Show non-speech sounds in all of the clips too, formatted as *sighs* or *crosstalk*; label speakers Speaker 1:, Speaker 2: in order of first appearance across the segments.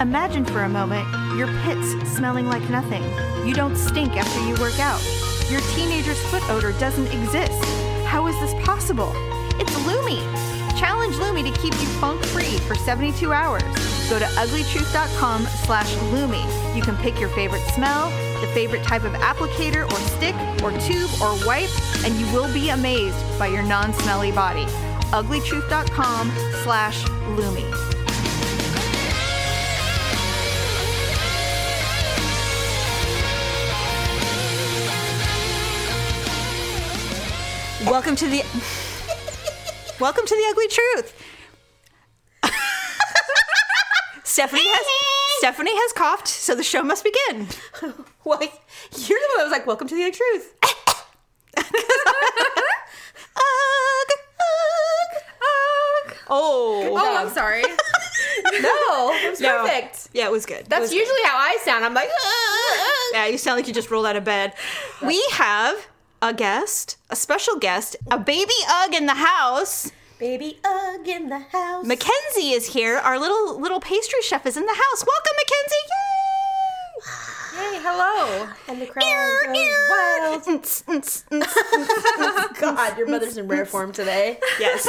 Speaker 1: Imagine for a moment your pits smelling like nothing. You don't stink after you work out. Your teenager's foot odor doesn't exist. How is this possible? It's Lumi! Challenge Lumi to keep you funk free for 72 hours. Go to uglytruth.com slash Lumi. You can pick your favorite smell, the favorite type of applicator or stick or tube or wipe, and you will be amazed by your non-smelly body. uglytruth.com slash Lumi. Welcome to the Welcome to the Ugly Truth. Stephanie has Stephanie has coughed, so the show must
Speaker 2: *laughs*
Speaker 1: begin.
Speaker 2: Well, you're the one that was like, "Welcome to the
Speaker 1: *laughs*
Speaker 2: Egg Truth." Oh,
Speaker 3: Oh, I'm sorry.
Speaker 2: no, it's
Speaker 1: No.
Speaker 2: perfect.
Speaker 1: Yeah, it was good. It
Speaker 2: That's
Speaker 1: was good.
Speaker 2: usually how I sound. I'm like, "Ugh."
Speaker 1: Yeah, you sound like you just rolled out of bed. We have a guest, a special guest, a baby Ugg in the house.
Speaker 2: baby Ugg in the house.
Speaker 1: Mackenzie is here. Our little little pastry chef is in the house. Welcome, Mackenzie. Yay!
Speaker 2: hey, hello, and the crowd
Speaker 1: Ear,
Speaker 2: goes
Speaker 1: ear.
Speaker 2: wild.
Speaker 1: Mm-ts, mm-ts, mm-ts.
Speaker 2: God, your mother's in rare form today.
Speaker 1: yes.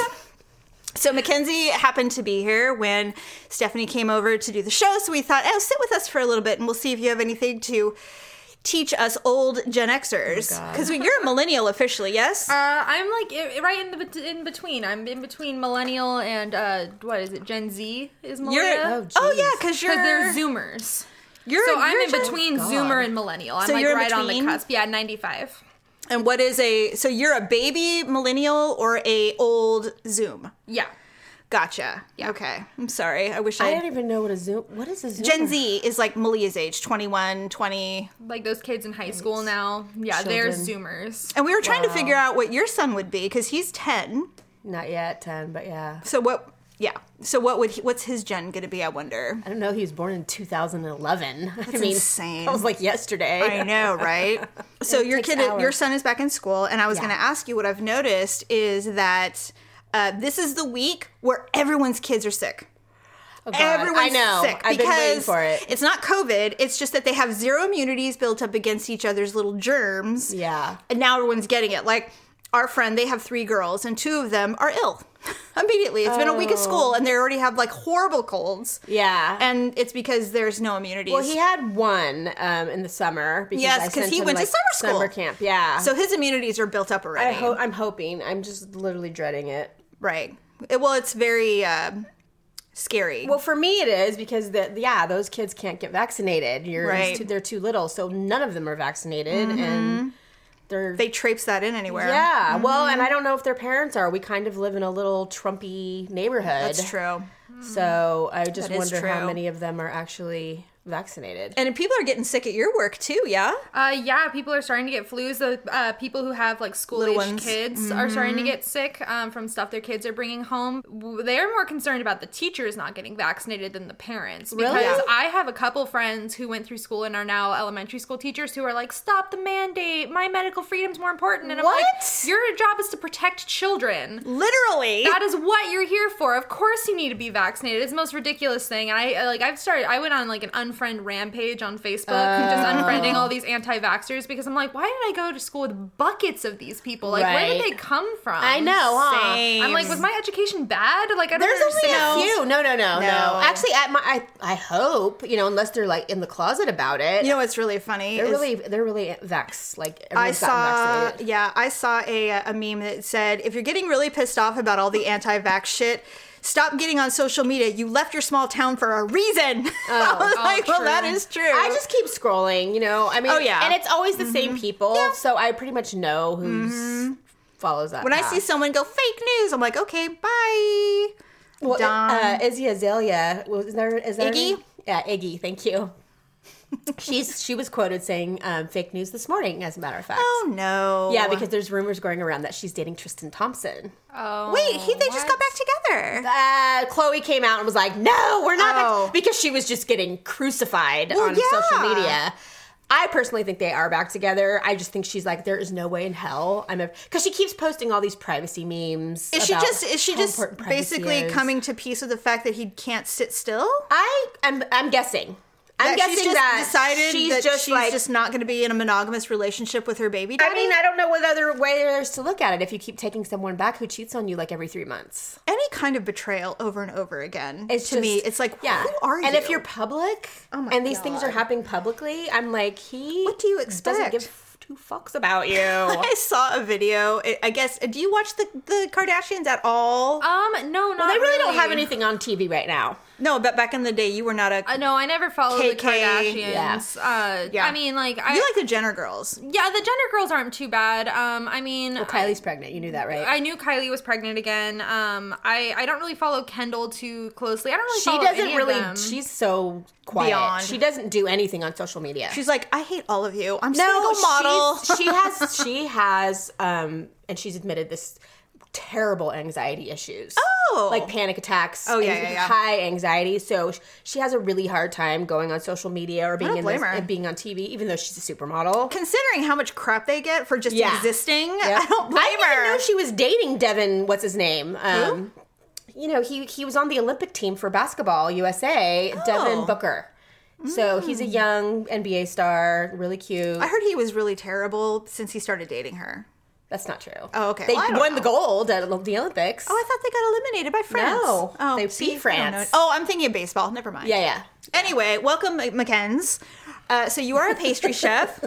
Speaker 1: So Mackenzie happened to be here when Stephanie came over to do the show, so we thought, oh, sit with us for a little bit, and we'll see if you have anything to teach us old Gen
Speaker 3: Oh
Speaker 1: Xers,
Speaker 2: God.
Speaker 1: because you're a millennial officially, yes?
Speaker 3: Uh, I'm like i- right in the bet- in between. I'm in between millennial and uh, what is it? Gen Z is
Speaker 1: You're,
Speaker 3: millennial.
Speaker 1: oh,
Speaker 2: Oh,
Speaker 1: yeah,
Speaker 2: geez.
Speaker 1: because you're
Speaker 3: Because they're Zoomers.
Speaker 1: You're,
Speaker 3: so I'm
Speaker 1: you're
Speaker 3: in
Speaker 1: Gen-
Speaker 3: between
Speaker 2: God.
Speaker 3: Zoomer and millennial. I'm
Speaker 1: So
Speaker 3: like
Speaker 1: you're in
Speaker 3: right on the
Speaker 1: between?
Speaker 3: cusp. Yeah, 95.
Speaker 1: And what is a so you're a baby millennial or a old Zoom?
Speaker 3: Yeah.
Speaker 1: Gotcha.
Speaker 3: Yeah.
Speaker 1: Okay. I'm sorry. I wish
Speaker 2: I
Speaker 1: I.
Speaker 2: don't even know what a Zoom. What is a Zoom?
Speaker 1: Gen Z is like Malia's age, 21, 20.
Speaker 3: Like those kids in high school now. Yeah, they're Zoomers.
Speaker 1: And we were trying to figure out what your son would be because he's 10.
Speaker 2: Not yet, ten, but yeah.
Speaker 1: So what? Yeah. So what would he, what's his gen going to be? I wonder.
Speaker 2: I don't know. He was born in 2011. That's *laughs* I mean,
Speaker 1: insane.
Speaker 2: That was like yesterday.
Speaker 1: I know, right? *laughs* so your
Speaker 2: takes
Speaker 1: kid, your
Speaker 2: hours.
Speaker 1: son is back in school, and I was
Speaker 2: Yeah.
Speaker 1: going to ask you what I've noticed is that uh, this is the week where everyone's kids are sick.
Speaker 2: Oh, God.
Speaker 1: Everyone's
Speaker 2: I know.
Speaker 1: sick
Speaker 2: I've been waiting
Speaker 1: because
Speaker 2: for it.
Speaker 1: it's not COVID. It's just that they have zero immunities built up against each other's little germs.
Speaker 2: Yeah.
Speaker 1: and now everyone's getting it. Like our friend, they have three girls, and two of them are ill *laughs* immediately. It's been a week of school, and they already have like horrible colds.
Speaker 2: Yeah.
Speaker 1: and it's because there's no immunities.
Speaker 2: Well, he had one um, in the summer because
Speaker 1: Yes,
Speaker 2: I
Speaker 1: 'cause
Speaker 2: sent
Speaker 1: he
Speaker 2: him,
Speaker 1: went to
Speaker 2: like,
Speaker 1: summer school.
Speaker 2: summer camp. Yeah,
Speaker 1: so his immunities are built up
Speaker 2: I
Speaker 1: already,
Speaker 2: ho- I'm hoping. I'm just literally dreading it.
Speaker 1: right? It- well, it's very um scary.
Speaker 2: Well, for me, it is because the yeah those kids can't get vaccinated. You're
Speaker 1: Right. Mm-hmm.
Speaker 2: it's too, they're too little, so none of them are vaccinated, and they're
Speaker 1: they traipse that in anywhere. Mm-hmm.
Speaker 2: yeah. Well, and I don't know if their parents are. We kind of live in a little Trumpy neighborhood.
Speaker 1: that's true.
Speaker 2: So I just
Speaker 1: Mm-hmm. That is
Speaker 2: wonder how
Speaker 1: true.
Speaker 2: many of them are actually vaccinated.
Speaker 1: And people are getting sick at your work too, yeah.
Speaker 3: Uh, yeah, people are starting to get flus. The uh, people who have like school
Speaker 1: Little
Speaker 3: age
Speaker 1: ones.
Speaker 3: kids are starting to get sick um, from stuff their kids are bringing home. W- They are more concerned about the teachers not getting vaccinated than the parents. Because
Speaker 2: Really?
Speaker 3: I have a couple friends who went through school and are now elementary school teachers who are like, "Stop the mandate! My medical freedom's more important." And I'm
Speaker 2: What?
Speaker 3: like, "Your job is to protect children."
Speaker 1: Literally,
Speaker 3: That is what you're here for. Of course, you need to be vaccinated. It's the most ridiculous thing. And I I, like I've started. I went on like an unfriend rampage on Facebook, just unfriending
Speaker 2: Oh.
Speaker 3: all these anti-vaxxers because I'm like, why did I go to school with buckets of these people? Like, where did
Speaker 2: Right.
Speaker 3: they come from?
Speaker 2: I know, huh?
Speaker 1: Same.
Speaker 3: I'm like, was my education bad? Like, I don't
Speaker 2: There's only
Speaker 3: understand.
Speaker 2: a few. No, no, no, no.
Speaker 1: No.
Speaker 2: Actually, at my, I, I hope you know, unless they're like in the closet about it.
Speaker 1: you know what's really funny?
Speaker 2: they're
Speaker 1: is-
Speaker 2: really, they're really vax. Like
Speaker 1: I
Speaker 2: everyone's gotten
Speaker 1: saw,
Speaker 2: vaccinated.
Speaker 1: yeah, I saw a, a meme that said, if you're getting really pissed off about all the anti-vax shit, stop getting on social media. You left your small town for a reason. *laughs* I was
Speaker 3: oh,
Speaker 1: like, well,
Speaker 3: true.
Speaker 1: that is true.
Speaker 2: I just keep scrolling. You know, I mean,
Speaker 1: Oh, yeah. Mm-hmm.
Speaker 2: and it's always the same people. So I pretty much know who follows that.
Speaker 1: when I
Speaker 2: path.
Speaker 1: see someone go fake news, I'm like, okay, bye.
Speaker 2: well,
Speaker 1: Dawn.
Speaker 2: uh, Izzy Azalea was there? Is there
Speaker 1: Iggy?
Speaker 2: Yeah, Iggy.
Speaker 1: *laughs*
Speaker 2: Thank you. She's she was quoted saying um, fake news this morning. As a matter of fact.
Speaker 1: oh no.
Speaker 2: Yeah, because there's rumors going around that she's dating Tristan Thompson.
Speaker 3: Oh,
Speaker 1: wait, he they just got
Speaker 3: what?
Speaker 1: back together.
Speaker 2: uh, Chloe came out and was like, "No, we're not,"
Speaker 1: Oh.
Speaker 2: because she was just getting crucified on
Speaker 1: yeah.
Speaker 2: social media. I personally think they are back together. I just think she's like, there is no way in hell I'm ever because she keeps posting all these privacy memes.
Speaker 4: Is she
Speaker 2: about
Speaker 4: just is she
Speaker 2: how
Speaker 4: just
Speaker 2: important privacy
Speaker 4: basically
Speaker 2: is.
Speaker 4: coming to peace with the fact that he can't sit still?
Speaker 2: I am. I'm guessing. I'm
Speaker 4: That
Speaker 2: guessing
Speaker 4: she's just
Speaker 2: that
Speaker 4: decided
Speaker 2: she's
Speaker 4: that
Speaker 2: just
Speaker 4: she's
Speaker 2: like.
Speaker 4: just not going to be in a monogamous relationship with her baby daddy.
Speaker 2: I mean, I don't know what other way there is to look at it. If you keep taking someone back who cheats on you like every three months,
Speaker 4: any kind of betrayal over and over again.
Speaker 2: it's
Speaker 4: to
Speaker 2: just-
Speaker 4: me, it's like,
Speaker 2: yeah.
Speaker 4: who are you?
Speaker 2: And
Speaker 4: *laughs*
Speaker 2: if you're public,
Speaker 4: Oh my
Speaker 2: and these things are
Speaker 4: God.
Speaker 2: happening publicly, I'm like, he.
Speaker 4: What do you
Speaker 2: Doesn't
Speaker 4: expect?
Speaker 2: give two fucks about
Speaker 4: *laughs*
Speaker 2: you.
Speaker 4: I saw a video. I- I guess. uh, Do you watch the the Kardashians at all?
Speaker 2: Uh,
Speaker 3: Um, no, not
Speaker 2: Well, they really don't have anything on TV right now.
Speaker 4: no, but back in the day, you were not a.
Speaker 3: Uh, no, I never followed the
Speaker 4: KK,
Speaker 3: Kardashians. Uh,
Speaker 4: Yeah.
Speaker 3: I mean, like, I
Speaker 4: you like the Jenner girls.
Speaker 3: yeah, the gender girls aren't too bad. Um, I mean,
Speaker 2: Kylie's pregnant. You knew that, right?
Speaker 3: I knew Kylie was pregnant again. Um, I I don't really follow Kendall too closely. I don't really.
Speaker 2: she
Speaker 3: follow
Speaker 2: doesn't
Speaker 3: any of
Speaker 2: really.
Speaker 3: them.
Speaker 2: She's so quiet.
Speaker 4: Beyond.
Speaker 2: She doesn't do anything on social media.
Speaker 4: She's like, I hate all of you. I'm
Speaker 2: no
Speaker 4: single model.
Speaker 2: she's- She has. She has. Um, and she's admitted this terrible anxiety issues.
Speaker 4: Oh.
Speaker 2: like panic attacks.
Speaker 4: Oh, yeah,
Speaker 2: and
Speaker 4: yeah, yeah.
Speaker 2: High anxiety. So sh- she has a really hard time going on social media or being
Speaker 4: don't
Speaker 2: in
Speaker 4: blame
Speaker 2: this-
Speaker 4: her.
Speaker 2: and being on TV, even though she's a
Speaker 4: *laughs*
Speaker 2: supermodel.
Speaker 4: *laughs* Considering how much crap they get for just
Speaker 2: Yeah.
Speaker 4: existing,
Speaker 2: Yep.
Speaker 4: I don't blame
Speaker 2: I didn't
Speaker 4: her.
Speaker 2: even know she was dating Devin. What's his name? Um, You know, he he was on the Olympic team for basketball USA.
Speaker 4: Oh. Hmm.
Speaker 2: Devin Booker. So he's a young NBA star, really cute.
Speaker 4: I heard he was really terrible since he started dating her.
Speaker 2: That's not true.
Speaker 4: Oh, okay.
Speaker 2: They
Speaker 4: Well, I don't
Speaker 2: won
Speaker 4: know.
Speaker 2: the gold at the Olympics.
Speaker 4: Oh, I thought they got eliminated by France.
Speaker 2: No,
Speaker 4: oh,
Speaker 2: they beat
Speaker 4: I don't
Speaker 2: France.
Speaker 4: know. Oh, I'm thinking of baseball. Never mind.
Speaker 2: yeah, yeah.
Speaker 4: Anyway, welcome, McKenz. Uh, so you are
Speaker 2: *laughs*
Speaker 4: a pastry chef.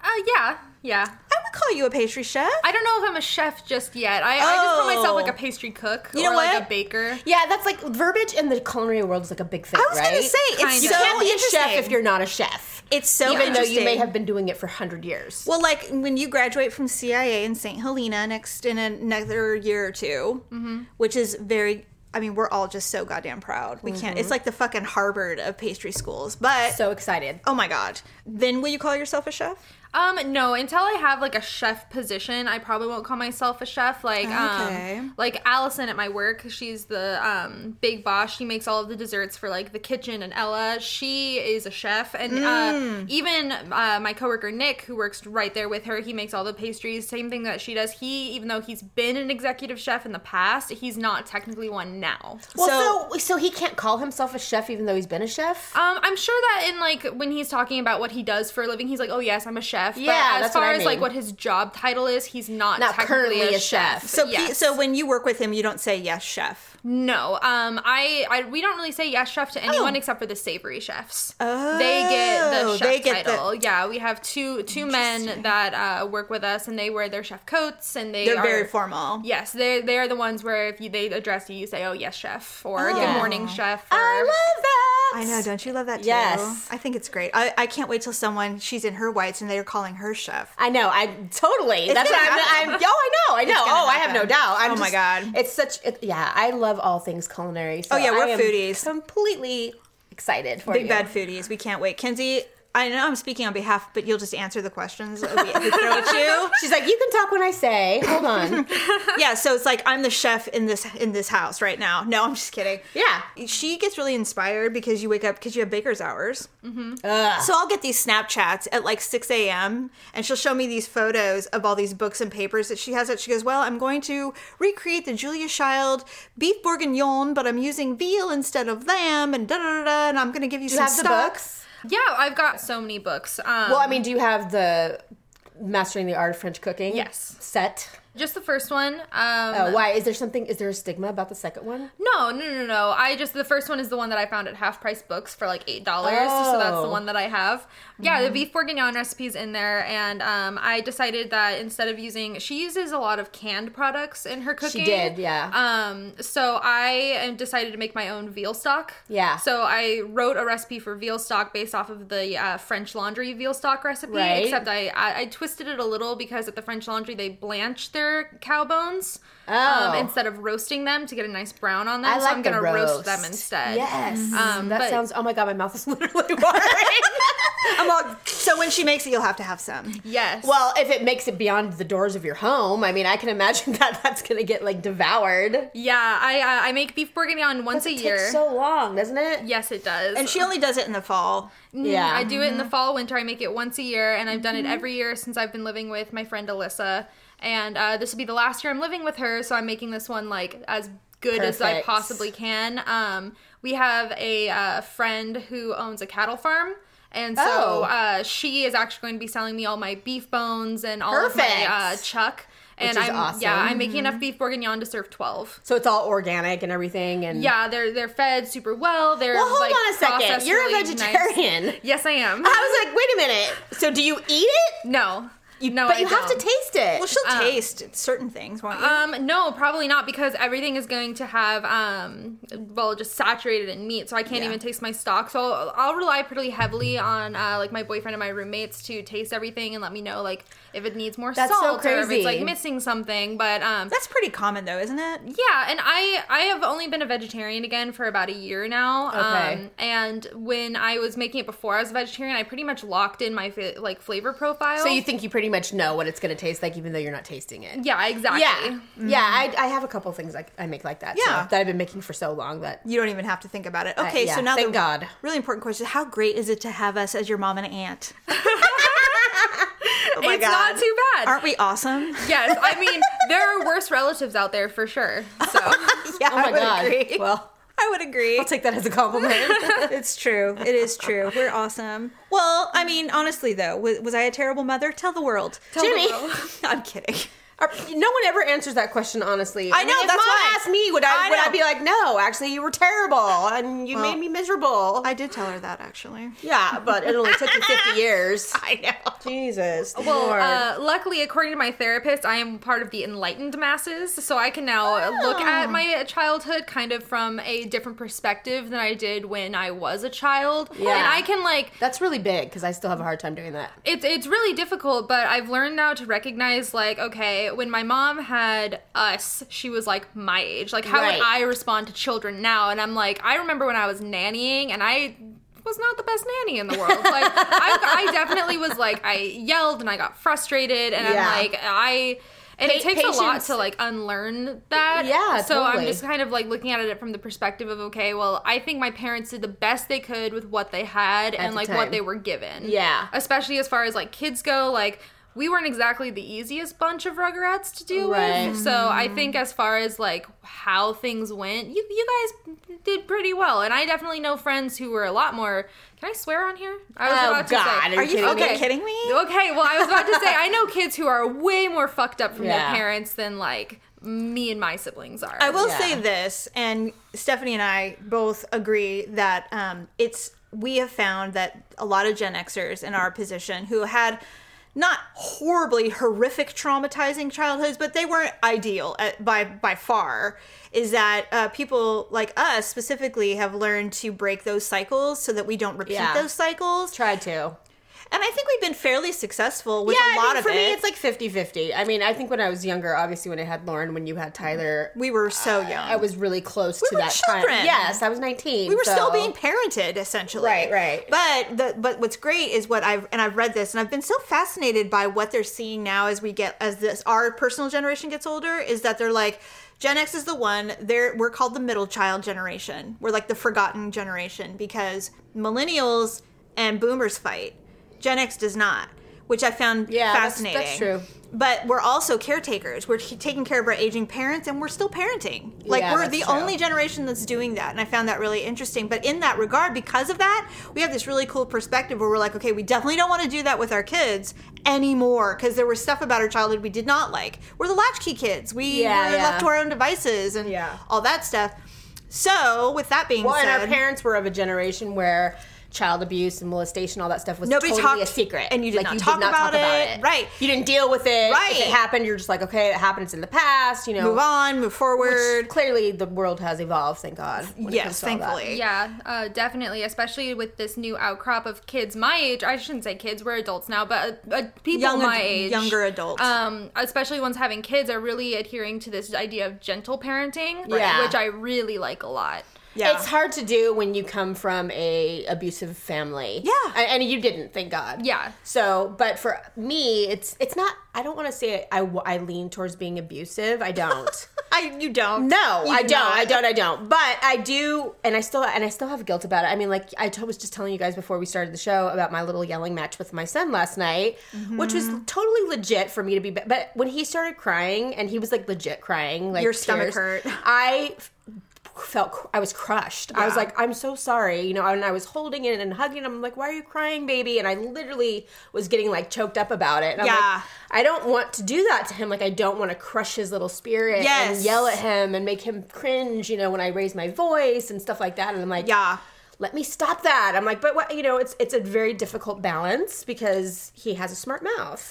Speaker 4: I
Speaker 3: Uh, yeah, yeah.
Speaker 4: would call you a pastry chef.
Speaker 3: I don't know if I'm a chef just yet. I, I just
Speaker 4: Oh.
Speaker 3: call myself like a pastry cook
Speaker 4: You know
Speaker 3: or like
Speaker 4: what?
Speaker 3: a baker.
Speaker 2: Yeah, that's like verbiage in the culinary world is like a big thing,
Speaker 4: I was
Speaker 2: right?
Speaker 4: gonna say it's
Speaker 3: Kind
Speaker 2: you
Speaker 3: of.
Speaker 4: so
Speaker 2: can't be a
Speaker 4: interesting.
Speaker 2: chef if you're not a chef,
Speaker 4: It's so
Speaker 2: even though you may
Speaker 4: interesting.
Speaker 2: have been doing it for hundred years.
Speaker 4: Well, like when you graduate from CIA in St. Helena next in another year or 2
Speaker 2: Mm-hmm.
Speaker 4: which is very. I mean, we're all just so goddamn proud. We can't. It's like the fucking Harvard of pastry schools. But
Speaker 2: Mm-hmm. so excited.
Speaker 4: oh my god, then will you call yourself a chef?
Speaker 3: Um, no, until I have like a chef position, I probably won't call myself a chef. Like,
Speaker 4: Okay.
Speaker 3: um, like Allison at my work, she's the um big boss. She makes all of the desserts for like the kitchen and Ella. She is a chef, and uh, even uh, my coworker Nick, who works right there with her, he makes all the pastries. Same thing that she does. He, even though he's been an executive chef in the past, he's not technically one now.
Speaker 2: Well, so, so he can't call himself a chef even though he's been a chef.
Speaker 3: Um, I'm sure that in like when he's talking about what he does for a living, he's like, "Oh yes, I'm a chef."
Speaker 2: Yeah,
Speaker 3: but as
Speaker 2: that's
Speaker 3: far
Speaker 2: what I
Speaker 3: as like
Speaker 2: mean.
Speaker 3: what his job title is, he's not,
Speaker 2: Not
Speaker 3: technically
Speaker 2: currently
Speaker 3: a,
Speaker 2: a
Speaker 3: chef.
Speaker 2: chef.
Speaker 4: So, pe-
Speaker 3: yes.
Speaker 4: so when you work with him, you don't say yes, chef.
Speaker 3: no, um, I, I we don't really say yes chef to anyone
Speaker 4: Oh.
Speaker 3: except for the savory chefs. they get
Speaker 4: Oh,
Speaker 3: the chef
Speaker 4: they get the-
Speaker 3: title. Yeah, we have two two men that uh, work with us, and they wear their chef coats, and they
Speaker 4: They're
Speaker 3: are,
Speaker 4: very formal.
Speaker 3: Yes, they they are the ones where if you, they address you, you say, "Oh yes, chef," or
Speaker 2: Oh.
Speaker 3: "Good morning, chef." Or,
Speaker 2: I love that.
Speaker 4: I know. Don't you love that too?
Speaker 2: Yes.
Speaker 4: I think it's great. I, I can't wait till someone she's in her whites and they're calling her chef.
Speaker 2: I know. I totally. That's
Speaker 4: gonna
Speaker 2: what I'm,
Speaker 4: happen.
Speaker 2: I'm. Oh, I know. I know.
Speaker 4: gonna
Speaker 2: Oh, I have no
Speaker 4: happen.
Speaker 2: doubt. I'm
Speaker 4: Oh my
Speaker 2: just-
Speaker 4: God.
Speaker 2: It's such. It, yeah, I love all things culinary. So
Speaker 4: Oh, yeah, we're
Speaker 2: I am
Speaker 4: foodies.
Speaker 2: Completely excited for
Speaker 4: Big
Speaker 2: you.
Speaker 4: bad foodies. We can't wait. Kenzie, I know I'm speaking on behalf, but you'll just answer the questions that we we throw at you.
Speaker 2: She's like, you can talk when I say.
Speaker 3: *laughs*
Speaker 2: Hold on.
Speaker 4: Yeah. So it's like I'm the chef in this in this house right now. No, I'm just kidding.
Speaker 2: yeah.
Speaker 4: She gets really inspired because you wake up because you have baker's hours.
Speaker 2: Mm-hmm. Ugh.
Speaker 4: So I'll get these Snapchats at like 6 a.m. and she'll show me these photos of all these books and papers that she has. That she goes, Well, I'm going to recreate the Julia Child beef bourguignon, but I'm using veal instead of lamb and da da da da. And I'm going to give you
Speaker 2: Do you
Speaker 4: some
Speaker 2: have the
Speaker 4: stock.
Speaker 2: books?
Speaker 3: Yeah, I've got so many books. Um,
Speaker 2: Well, I mean, do you have the mastering the art of French cooking?
Speaker 3: Yes.
Speaker 2: Set.
Speaker 3: Just the first one. Um,
Speaker 2: Oh, why is there something? Is there a stigma about the second one?
Speaker 3: No, no, no, no. I just the first one is the one that I found at half price books for like eight dollars. So that's the
Speaker 2: Oh. Mm-hmm.
Speaker 3: one that I have. Yeah, the beef bourguignon recipe's in there, and um, I decided that instead of using, she uses a lot of canned products in her cooking.
Speaker 2: did, yeah.
Speaker 3: Um, so I am- decided to make my own veal stock.
Speaker 2: Yeah.
Speaker 3: So I wrote a recipe for veal stock based off of the uh, French Laundry veal stock recipe,
Speaker 2: Right.
Speaker 3: except I, I I twisted it a little because at the French Laundry they blanch their their cow bones
Speaker 2: Oh.
Speaker 3: um, instead of roasting them to get a nice brown on them.
Speaker 2: I
Speaker 3: so
Speaker 2: like
Speaker 3: I'm
Speaker 2: the
Speaker 3: gonna roast. them
Speaker 2: roast.
Speaker 3: instead.
Speaker 2: Yes.
Speaker 3: Um,
Speaker 2: that
Speaker 3: but-
Speaker 2: sounds. Oh my god, my mouth is *laughs* literally watering.
Speaker 3: *laughs*
Speaker 4: I'm all, so when she makes it, you'll have to
Speaker 2: *laughs*
Speaker 4: have some.
Speaker 3: Yes.
Speaker 2: well, if it makes it beyond the doors of your home, I mean, I can imagine *laughs* that that's gonna get like devoured.
Speaker 3: yeah, I uh, I make beef bourguignon once a
Speaker 2: It
Speaker 3: year.
Speaker 2: takes so long, doesn't it?
Speaker 3: yes, it does.
Speaker 4: And she only does it in the fall.
Speaker 3: Mm,
Speaker 2: Yeah.
Speaker 3: I do it in
Speaker 2: Mm-hmm.
Speaker 3: the fall, winter. I make it once a year, and I've done it every year since I've been living with my friend Alyssa. And uh, this will be the last year I'm living with her, so I'm making this one like as good as I
Speaker 2: Perfect.
Speaker 3: possibly can. Um, we have a uh, friend who owns a cattle farm. And so
Speaker 2: Oh.
Speaker 3: uh, she is actually going to be selling me all my beef bones and all of
Speaker 2: Perfect.
Speaker 3: my uh, chuck. And
Speaker 2: is
Speaker 3: I'm
Speaker 2: awesome. Mm-hmm.
Speaker 3: yeah, I'm making enough beef bourguignon to serve twelve.
Speaker 2: So it's all organic and everything. And
Speaker 3: Yeah, they're they're fed super well. They're
Speaker 2: Mm-hmm. Well, hold
Speaker 3: like,
Speaker 2: on a second.
Speaker 3: processed
Speaker 2: You're
Speaker 3: really
Speaker 2: a
Speaker 3: nice.
Speaker 2: vegetarian.
Speaker 3: Yes, I am.
Speaker 2: I was like, wait a minute. So do you eat it?
Speaker 3: No. You no,
Speaker 2: but
Speaker 3: I
Speaker 2: you have to
Speaker 3: don't.
Speaker 2: taste it.
Speaker 4: Well, she'll taste certain things, won't you?
Speaker 3: Um, no, probably not because everything is going to have um, well, just saturated in meat, so I can't
Speaker 4: Yeah.
Speaker 3: even taste my stock. So I'll, I'll rely pretty heavily on uh, like my boyfriend and my roommates to taste everything and let me know like if it needs more
Speaker 2: That's so
Speaker 3: salt or if
Speaker 2: crazy.
Speaker 3: it's like missing something. But um,
Speaker 4: That's pretty common, though, isn't it?
Speaker 3: yeah, and I I have only been a vegetarian again for about a year now.
Speaker 2: Okay.
Speaker 3: Um, and when I was making it before I was a vegetarian, I pretty much locked in my fa- like flavor profile.
Speaker 2: so you think you pretty much know what it's going to taste like, even though you're not tasting it.
Speaker 3: yeah, exactly.
Speaker 2: Yeah, Oh yeah. I, I have a couple things I, I make like that. so-
Speaker 4: Mm-hmm. Yeah.
Speaker 2: that I've been making for so long that.
Speaker 4: You don't even have to think about it. Okay,
Speaker 2: yeah.
Speaker 4: so now
Speaker 2: Thank
Speaker 4: the
Speaker 2: God.
Speaker 4: really important question: How great is it to have us as your mom and aunt? oh my
Speaker 3: It's not too bad.
Speaker 4: Aren't we awesome?
Speaker 3: Yes, I mean there are worse relatives out there for sure. So
Speaker 4: yeah,
Speaker 2: Oh my
Speaker 4: I would
Speaker 2: God.
Speaker 4: agree.
Speaker 2: Well,
Speaker 4: I would agree.
Speaker 2: I'll take that as a compliment.
Speaker 4: *laughs* it's true. It is true. We're awesome. Well, I mean, honestly though, was, was I a terrible mother? Tell the world.
Speaker 3: Tell the
Speaker 2: Jimmy.
Speaker 3: world.
Speaker 4: *laughs* I'm kidding.
Speaker 2: Are- no one ever answers that question honestly.
Speaker 4: I know,
Speaker 2: if mom
Speaker 4: that's why.
Speaker 2: asked me, would I,
Speaker 4: I
Speaker 2: would I
Speaker 4: know.
Speaker 2: be like, no, actually, you were terrible and you
Speaker 4: Well,
Speaker 2: made me miserable.
Speaker 4: I did tell her that actually.
Speaker 2: *laughs* yeah, but it only took you
Speaker 4: *laughs*
Speaker 2: fifty years. I know. Jesus.
Speaker 3: well,
Speaker 2: Lord.
Speaker 3: uh, luckily, according to my therapist, I am part of the enlightened masses, so I can now uh look at my childhood kind of from a different perspective than I did when I was a child.
Speaker 2: Yeah.
Speaker 3: and I can like
Speaker 2: that's really big because I still have a hard time doing that.
Speaker 3: it's it's really difficult, but I've learned now to recognize like, okay, when my mom had us, she was like my age. Like how
Speaker 2: Right.
Speaker 3: would I respond to children now? And I'm like, I remember when I was nannying and I was not the best nanny in the world. Like I, I definitely was like I yelled and I got frustrated and
Speaker 2: Yeah.
Speaker 3: I'm like I and it
Speaker 2: Pa-
Speaker 3: takes a lot
Speaker 2: patience-
Speaker 3: to like unlearn that.
Speaker 2: Yeah,
Speaker 3: So
Speaker 2: totally.
Speaker 3: I'm just kind of like looking at it from the perspective of okay, well, I think my parents did the best they could with what they had and
Speaker 2: the
Speaker 3: like
Speaker 2: time.
Speaker 3: what they were given
Speaker 2: Yeah.
Speaker 3: especially as far as like kids go like we weren't exactly the easiest bunch of rugrats to deal
Speaker 2: Right.
Speaker 3: with so i think as far as like how things went you, you guys did pretty well and i definitely know friends who were a lot more can i swear on here i was
Speaker 2: Oh, God,
Speaker 4: Are you
Speaker 2: kidding
Speaker 4: fucking
Speaker 2: me?
Speaker 4: kidding me?
Speaker 3: okay well i was about to say i know kids who are way more fucked up from
Speaker 2: Yeah.
Speaker 3: their parents than like me and my siblings are
Speaker 4: I will
Speaker 2: Yeah.
Speaker 4: say this, and Stephanie and I both agree that um, it's we have found that a lot of Gen Xers in our position who had not horribly horrific traumatizing childhoods, but they weren't ideal at, by by far. Is that uh, people like us specifically have learned to break those cycles so that we don't repeat
Speaker 2: Yeah.
Speaker 4: those cycles?
Speaker 2: Try to.
Speaker 4: And I think we've been fairly successful with
Speaker 2: yeah,
Speaker 4: a lot
Speaker 2: I mean,
Speaker 4: of
Speaker 2: for
Speaker 4: it.
Speaker 2: me, it's like 50-50. I mean, I think when I was younger, obviously when I had Lauren, when you had Tyler,
Speaker 4: we were so young.
Speaker 2: I was really close to
Speaker 4: were
Speaker 2: that
Speaker 4: children.
Speaker 2: time. Yes, I was nineteen.
Speaker 4: we were
Speaker 2: so-
Speaker 4: still being parented essentially
Speaker 2: Right, right.
Speaker 4: but the but what's great is what i've and i've read this and i've been so fascinated by what they're seeing now as we get as this our personal generation gets older is that they're like gen x is the one they're we're called the middle child generation we're like the forgotten generation because millennials and boomers fight gen x does not which i found
Speaker 2: Yeah, that's-
Speaker 4: fascinating
Speaker 2: that's true.
Speaker 4: but we're also caretakers we're taking care of our aging parents and we're still parenting like
Speaker 2: Yeah,
Speaker 4: we're
Speaker 2: that's
Speaker 4: the
Speaker 2: true.
Speaker 4: only generation that's doing that and i found that really interesting but in that regard because of that we have this really cool perspective where we're like okay we definitely don't want to do that with our kids anymore because there was stuff about our childhood we did not like we're the latchkey kids we
Speaker 2: Yeah,
Speaker 4: were
Speaker 2: yeah.
Speaker 4: left to our own devices and
Speaker 2: Yeah.
Speaker 4: all that stuff so with that being
Speaker 2: Well, and
Speaker 4: said
Speaker 2: our parents were of a generation where child abuse and molestation, all that stuff was
Speaker 4: Nobody
Speaker 2: totally
Speaker 4: talked-
Speaker 2: a secret.
Speaker 4: and you did not talk about it. Right.
Speaker 2: You didn't deal with it.
Speaker 4: Right.
Speaker 2: If it happened, you're just like, okay, it happened. It's in the past. You know,
Speaker 4: Move on, move forward.
Speaker 2: Which Clearly, the world has evolved. Thank God. when it comes
Speaker 4: Yes,
Speaker 2: to all that.
Speaker 4: thankfully.
Speaker 3: Yeah, uh, definitely, especially with this new outcrop of kids my age. I shouldn't say kids; we're adults now, but uh, uh, people
Speaker 4: Young ad-
Speaker 3: my age,
Speaker 4: younger adults.
Speaker 3: um, especially ones having kids, are really adhering to this idea of gentle parenting,
Speaker 2: Yeah.
Speaker 3: which I really like a lot.
Speaker 4: yeah.
Speaker 2: It's hard to do when you come from a abusive family.
Speaker 4: Yeah.
Speaker 2: A- and, you didn't, thank God.
Speaker 3: Yeah.
Speaker 2: So, but for me, it's it's not. I don't want to say I, I lean towards being abusive. I
Speaker 4: *laughs*
Speaker 2: don't.
Speaker 4: I you don't.
Speaker 2: No,
Speaker 4: You
Speaker 2: I
Speaker 4: do
Speaker 2: don't.
Speaker 4: not.
Speaker 2: I don't. I don't. But I do, and I still and I still have guilt about it. I mean, like I t- was just telling you guys before we started the show about my little yelling match with my son last night, which was
Speaker 4: Mm-hmm.
Speaker 2: totally legit for me to be. But when he started crying, and he was like legit crying, like
Speaker 4: Your stomach
Speaker 2: tears,
Speaker 4: hurt.
Speaker 2: I f- felt cr- I was crushed. I was like, I'm so sorry, you know. And I was holding it and hugging him. I'm like, why are you crying, baby? And I literally was getting like choked up about it. And I'm
Speaker 4: Yeah.
Speaker 2: like, I don't want to do that to him. Like I don't want to crush his little spirit
Speaker 4: Yes.
Speaker 2: and yell at him and make him cringe, you know, when I raise my voice and stuff like that. And I'm like,
Speaker 4: Yeah.
Speaker 2: let me stop that. I'm like, but what, you know, it's it's a very difficult balance because he has a smart
Speaker 4: *laughs*
Speaker 2: mouth.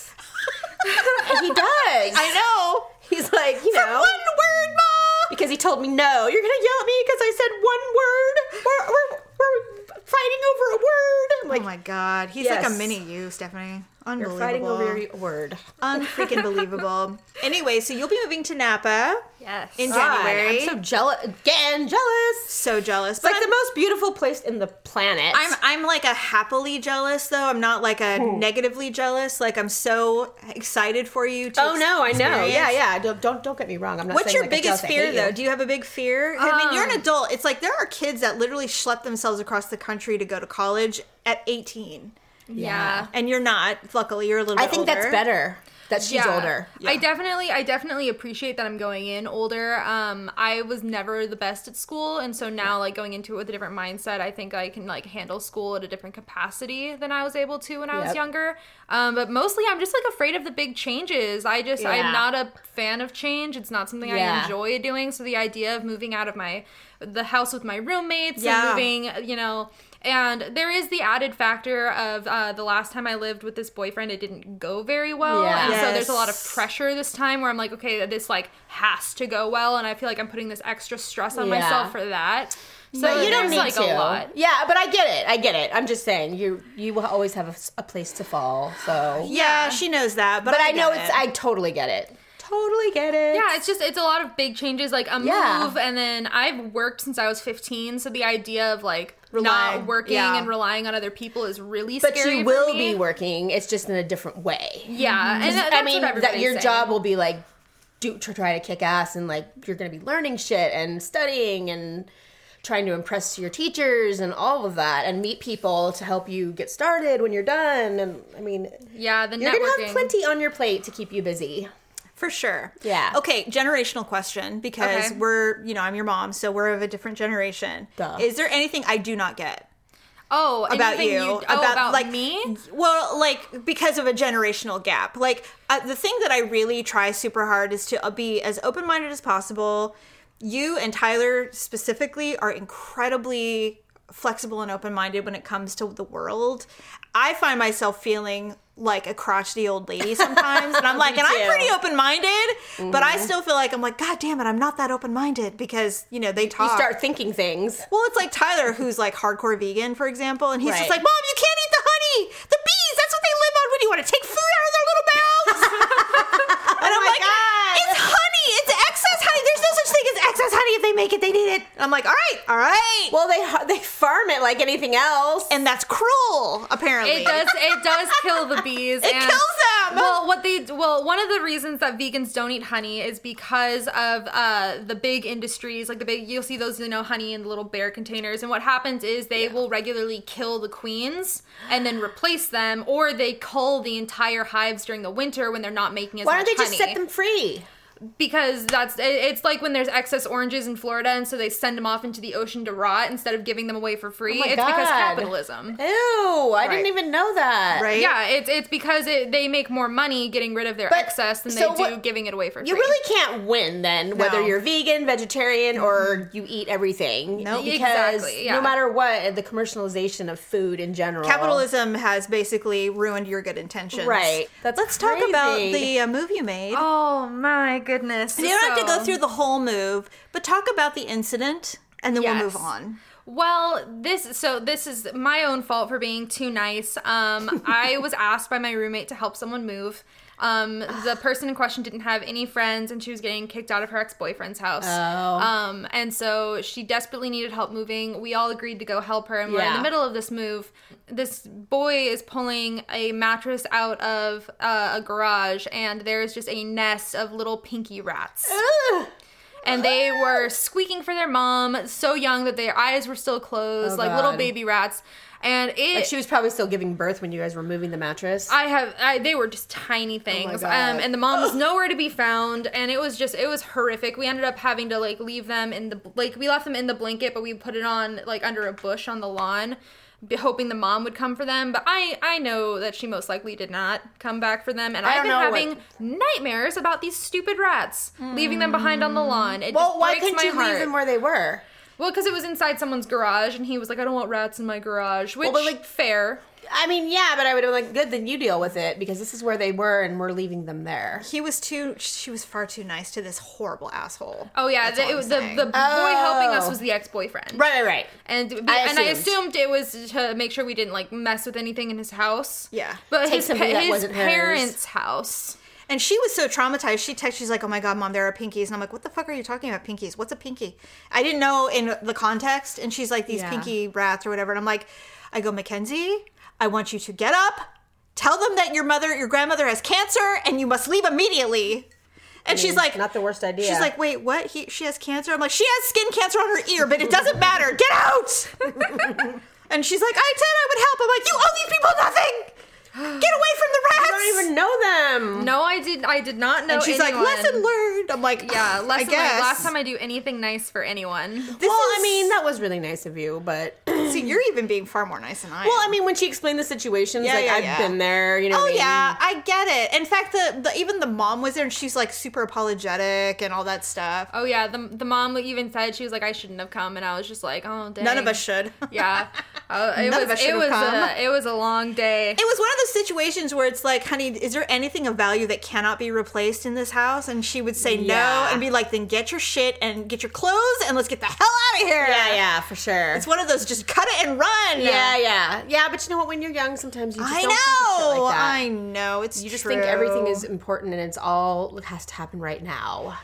Speaker 2: And he does.
Speaker 4: I know.
Speaker 2: He's like, you know,
Speaker 4: One word, mom.
Speaker 2: because he told me no. You're gonna yell at me because I said one word. We're, we're, we're fighting over a word. I'm like,
Speaker 4: oh my god, he's like a
Speaker 2: Yes.
Speaker 4: mini you, Stephanie. Unbelievable.
Speaker 2: you're fighting over your word.
Speaker 4: *laughs* Unfreaking believable. Anyway, so you'll be moving to Napa
Speaker 3: Yes.
Speaker 4: in
Speaker 2: God,
Speaker 4: January.
Speaker 2: I'm so jealous. Again, jealous.
Speaker 4: so jealous.
Speaker 2: It's
Speaker 4: But
Speaker 2: like the most beautiful place in the planet.
Speaker 4: I'm I'm like a happily jealous though. I'm not like a negatively jealous. Like I'm so excited for you. to
Speaker 2: Oh no, I know.
Speaker 4: experience.
Speaker 2: Yeah, yeah. Don't don't, don't get me wrong. I'm not.
Speaker 4: What's
Speaker 2: saying,
Speaker 4: your
Speaker 2: like,
Speaker 4: biggest
Speaker 2: jealous, I
Speaker 4: fear
Speaker 2: hate
Speaker 4: though?
Speaker 2: you.
Speaker 4: Do you Um, have a big fear? I mean, you're an adult. It's like there are kids that literally schlep themselves across the country to go to college at 18,
Speaker 3: yeah.
Speaker 4: and you're not. Luckily, you're a little.
Speaker 2: I
Speaker 4: bit
Speaker 2: think that's
Speaker 4: older.
Speaker 2: better. That she's
Speaker 3: Yeah.
Speaker 2: older.
Speaker 3: I definitely, I definitely appreciate that I'm going in older. Um, I was never the best at school, and so now, like going into it with a different mindset, I think I can like handle school at a different capacity than I was able to when I was
Speaker 2: Yep.
Speaker 3: younger. Um, but mostly, I'm just like afraid of the big changes. I just,
Speaker 2: Yeah.
Speaker 3: I'm not a fan of change. It's not something I
Speaker 2: Yeah.
Speaker 3: enjoy doing. So the idea of moving out of my the house with my roommates
Speaker 4: Yeah.
Speaker 3: and moving, you know. And there is the added factor of uh, the last time I lived with this boyfriend, it didn't go very well.
Speaker 2: Yeah.
Speaker 3: And so there's a lot of
Speaker 4: Yes.
Speaker 3: pressure this time where I'm like, okay, this like has to go well, and I feel like I'm putting this extra stress on
Speaker 2: Yeah.
Speaker 3: myself for that. So
Speaker 2: But you don't
Speaker 3: there's
Speaker 2: need
Speaker 3: like a
Speaker 2: to.
Speaker 3: lot.
Speaker 2: Yeah, but I get it. I get it. I'm just saying you you will always have a, s- a place to fall. So,
Speaker 4: Yeah, she knows that. But,
Speaker 2: but I know
Speaker 4: get
Speaker 2: it's.
Speaker 4: it.
Speaker 2: I totally get it. Totally get it.
Speaker 3: Yeah, it's just it's a lot of big changes, like a
Speaker 2: Yeah.
Speaker 3: move, and then I've worked since I was 15, so the idea of like
Speaker 4: Relying,
Speaker 3: not working
Speaker 4: yeah.
Speaker 3: and relying on other people is really
Speaker 2: but
Speaker 3: scary.
Speaker 2: you
Speaker 3: for
Speaker 2: will
Speaker 3: me.
Speaker 2: be working. It's just in a different way.
Speaker 3: Yeah, and that-
Speaker 2: I
Speaker 3: that's
Speaker 2: mean,
Speaker 3: what
Speaker 2: that
Speaker 3: everybody's
Speaker 2: your
Speaker 3: saying.
Speaker 2: job will be like do to try to kick ass and like you're going to be learning shit and studying and trying to impress your teachers and all of that and meet people to help you get started when you're done and I mean
Speaker 3: Yeah, the
Speaker 2: you're going to
Speaker 3: networking.
Speaker 2: have plenty on your plate to keep you busy.
Speaker 4: for sure.
Speaker 2: Yeah.
Speaker 4: Okay, generational question because
Speaker 3: Okay.
Speaker 4: we're you know I'm your mom, so we're of a different generation.
Speaker 2: Duh.
Speaker 4: Is there anything I do not get?
Speaker 3: oh,
Speaker 4: about
Speaker 3: anything
Speaker 4: you,
Speaker 3: oh,
Speaker 4: about,
Speaker 3: about,
Speaker 4: like
Speaker 3: me.
Speaker 4: Well, like because of a generational gap. Like uh, the thing that I really try super hard is to uh, be as open minded as possible. You and Tyler specifically are incredibly flexible and open minded when it comes to the world. I find myself feeling like a crotchety old lady sometimes, and I'm like, and I'm
Speaker 2: too.
Speaker 4: pretty open minded, but I still feel like I'm like, God damn it, I'm not that open minded because you know they
Speaker 3: Uh,
Speaker 4: talk.
Speaker 2: You start thinking things.
Speaker 4: Well, it's like Tyler, who's like hardcore vegan, for example, and he's just
Speaker 2: Right.
Speaker 4: like, "Mom, you can't eat the honey. The bees. That's what they live on. What do you want to take food out of their little
Speaker 2: *laughs*
Speaker 4: mouths?" and
Speaker 2: Oh
Speaker 4: I'm like, "It's honey. It's excess honey. There's no such thing as excess honey. If they make it, they need it." And I'm like, "All right, all right."
Speaker 2: Well, they har- they farm it like anything else.
Speaker 4: and that's cruel, apparently.
Speaker 3: It does. It does kill the bees.
Speaker 4: It
Speaker 3: and-
Speaker 4: kills them.
Speaker 3: Well, what they well, one of the reasons that vegans don't eat honey is because of uh, the big industries, like the big. You'll see those, you know, honey in the little bear containers, and what happens is they will regularly kill the queens and then replace them, or they cull the entire hives during the winter when they're not making as
Speaker 2: Why
Speaker 3: much
Speaker 2: don't they just
Speaker 3: honey.
Speaker 2: set them free?
Speaker 3: because that's it- it's like when there's excess oranges in Florida and so they send them off into the ocean to rot instead of giving them away for free.
Speaker 2: Oh my
Speaker 3: it's because
Speaker 2: God.
Speaker 3: capitalism.
Speaker 2: Ew, I
Speaker 4: Right.
Speaker 2: didn't even know that.
Speaker 4: Right.
Speaker 3: Yeah, it's it's because it, they make more money getting rid of their
Speaker 2: But-
Speaker 3: excess than
Speaker 2: so
Speaker 3: they do
Speaker 2: what-
Speaker 3: giving it away for
Speaker 2: You
Speaker 3: free.
Speaker 2: really can't win then, whether
Speaker 4: No.
Speaker 2: you're vegan, vegetarian, or you eat everything.
Speaker 4: No.
Speaker 2: because
Speaker 3: Exactly, yeah.
Speaker 2: no matter what, the commercialization of food in general.
Speaker 4: Capitalism has basically ruined your good intentions.
Speaker 2: Right. That's
Speaker 4: Let's talk about
Speaker 2: crazy.
Speaker 4: the uh, move you made.
Speaker 3: Oh my goodness.
Speaker 4: you don't have to
Speaker 3: So-
Speaker 4: go through the whole move, but talk about the incident and then
Speaker 3: Yes.
Speaker 4: we'll move on.
Speaker 3: Well, this so this is my own fault for being too nice. Um,
Speaker 2: *laughs*
Speaker 3: I was asked by my roommate to help someone move. Um,
Speaker 2: *sighs*
Speaker 3: the person in question didn't have any friends, and she was getting kicked out of her ex boyfriend's house.
Speaker 2: Oh.
Speaker 3: Um, and so she desperately needed help moving. We all agreed to go help her, and we're in
Speaker 2: Yeah.
Speaker 3: the middle of this move. This boy is pulling a mattress out of uh, a garage, and there's just a nest of little pinky rats and they were squeaking for their mom so young that their eyes were still closed
Speaker 2: Oh,
Speaker 3: like little
Speaker 2: God.
Speaker 3: baby rats and it
Speaker 2: Like she was probably still giving birth when you guys were moving the mattress.
Speaker 3: I have. I, they were just tiny things,
Speaker 2: Oh, God.
Speaker 3: um, and the mom was nowhere to be found, and it was just it was horrific. We ended up having to like leave them in the like we left them in the blanket, but we put it on like under a bush on the lawn, b- hoping the mom would come for them. But I I know that she most likely did not come back for them, and
Speaker 2: I
Speaker 3: I've
Speaker 2: don't
Speaker 3: been
Speaker 2: know what-
Speaker 3: having nightmares about these stupid rats leaving them behind on the lawn. It
Speaker 2: well,
Speaker 3: just
Speaker 2: why
Speaker 3: breaks
Speaker 2: couldn't
Speaker 3: my
Speaker 2: you
Speaker 3: heart.
Speaker 2: leave them where they were?
Speaker 3: Well, because it was inside someone's garage, and he was like, "I don't want rats in my garage," which
Speaker 2: but, like-
Speaker 3: like fair.
Speaker 2: I mean, yeah, but I would have been like, good, then you deal with it because this is where they were and we're leaving them there.
Speaker 4: He was too. She was far too nice to this horrible asshole.
Speaker 3: Oh yeah,
Speaker 4: That's all
Speaker 3: the, it
Speaker 4: I'm
Speaker 3: was the
Speaker 4: saying.
Speaker 3: the boy helping us
Speaker 2: Oh.
Speaker 3: was the ex boyfriend,
Speaker 2: Right, right, right.
Speaker 3: And be-
Speaker 2: I
Speaker 3: and I
Speaker 2: assumed.
Speaker 3: assumed it was to make sure we didn't like mess with anything in his house.
Speaker 4: Yeah.
Speaker 3: but
Speaker 2: Take
Speaker 3: his pa-
Speaker 2: something that
Speaker 3: his
Speaker 2: wasn't hers.
Speaker 3: parents' house.
Speaker 4: And she was so traumatized. She texted, she's like, "Oh my god, mom, there are pinkies." And I'm like, "What the fuck are you talking about pinkies? What's a pinky?" I didn't know in the context. And she's like, "These
Speaker 2: Yeah.
Speaker 4: pinky rats or whatever." And I'm like, "I go, Mackenzie, I want you to get up, tell them that your mother, your grandmother has cancer, and you must leave immediately." And she's like,
Speaker 2: not the worst idea.
Speaker 4: She's like, "Wait, what? He, she has cancer?" I'm like, "She has skin cancer on her ear, but it doesn't matter. Get out!" *laughs* and she's like, "I said I would help." I'm like, "You owe these people nothing. Get away from the rats."
Speaker 2: I don't even know them.
Speaker 3: No, I did. I did not know.
Speaker 4: And she's
Speaker 3: anyone.
Speaker 4: like, lesson learned. I'm like, "Oh,
Speaker 3: Yeah, lesson
Speaker 4: I
Speaker 3: learned.
Speaker 4: guess.
Speaker 3: Last time I do anything nice for anyone.
Speaker 2: well, I
Speaker 4: is-
Speaker 2: mean, that was really nice of you, but well,
Speaker 4: See, you're even being far more nice than I.
Speaker 2: I
Speaker 4: am.
Speaker 2: mean, when she explained the situations,
Speaker 4: Yeah,
Speaker 2: like
Speaker 4: yeah,
Speaker 2: I've
Speaker 4: yeah.
Speaker 2: been there, you know.
Speaker 4: oh
Speaker 2: what I mean?
Speaker 4: yeah, I get it. In fact, the, the even the mom was there, and she's like super apologetic and all that stuff.
Speaker 3: Oh yeah, the the mom even said she was like, "I shouldn't have come," and I was just like, "Oh, dang.
Speaker 4: None of us should. *laughs*
Speaker 3: Yeah, uh, it
Speaker 4: None of
Speaker 3: was
Speaker 4: us should
Speaker 3: it
Speaker 4: have
Speaker 3: was
Speaker 4: come.
Speaker 3: a, it was a long day.
Speaker 4: It was one of those situations where it's like, honey, is there anything of value that cannot be replaced in this house? And she would say no
Speaker 2: Yeah.
Speaker 4: and be like, then get your shit and get your clothes and let's get the hell out of here.
Speaker 2: yeah, yeah, for sure.
Speaker 4: It's one of those just cut it and run.
Speaker 2: yeah, yeah, yeah. But you know what? When you're young, sometimes you just
Speaker 4: I
Speaker 2: don't think of shit
Speaker 4: know.
Speaker 2: like that.
Speaker 4: I know. It's
Speaker 2: you just
Speaker 4: true.
Speaker 2: think everything is important and it's all it has to happen right now.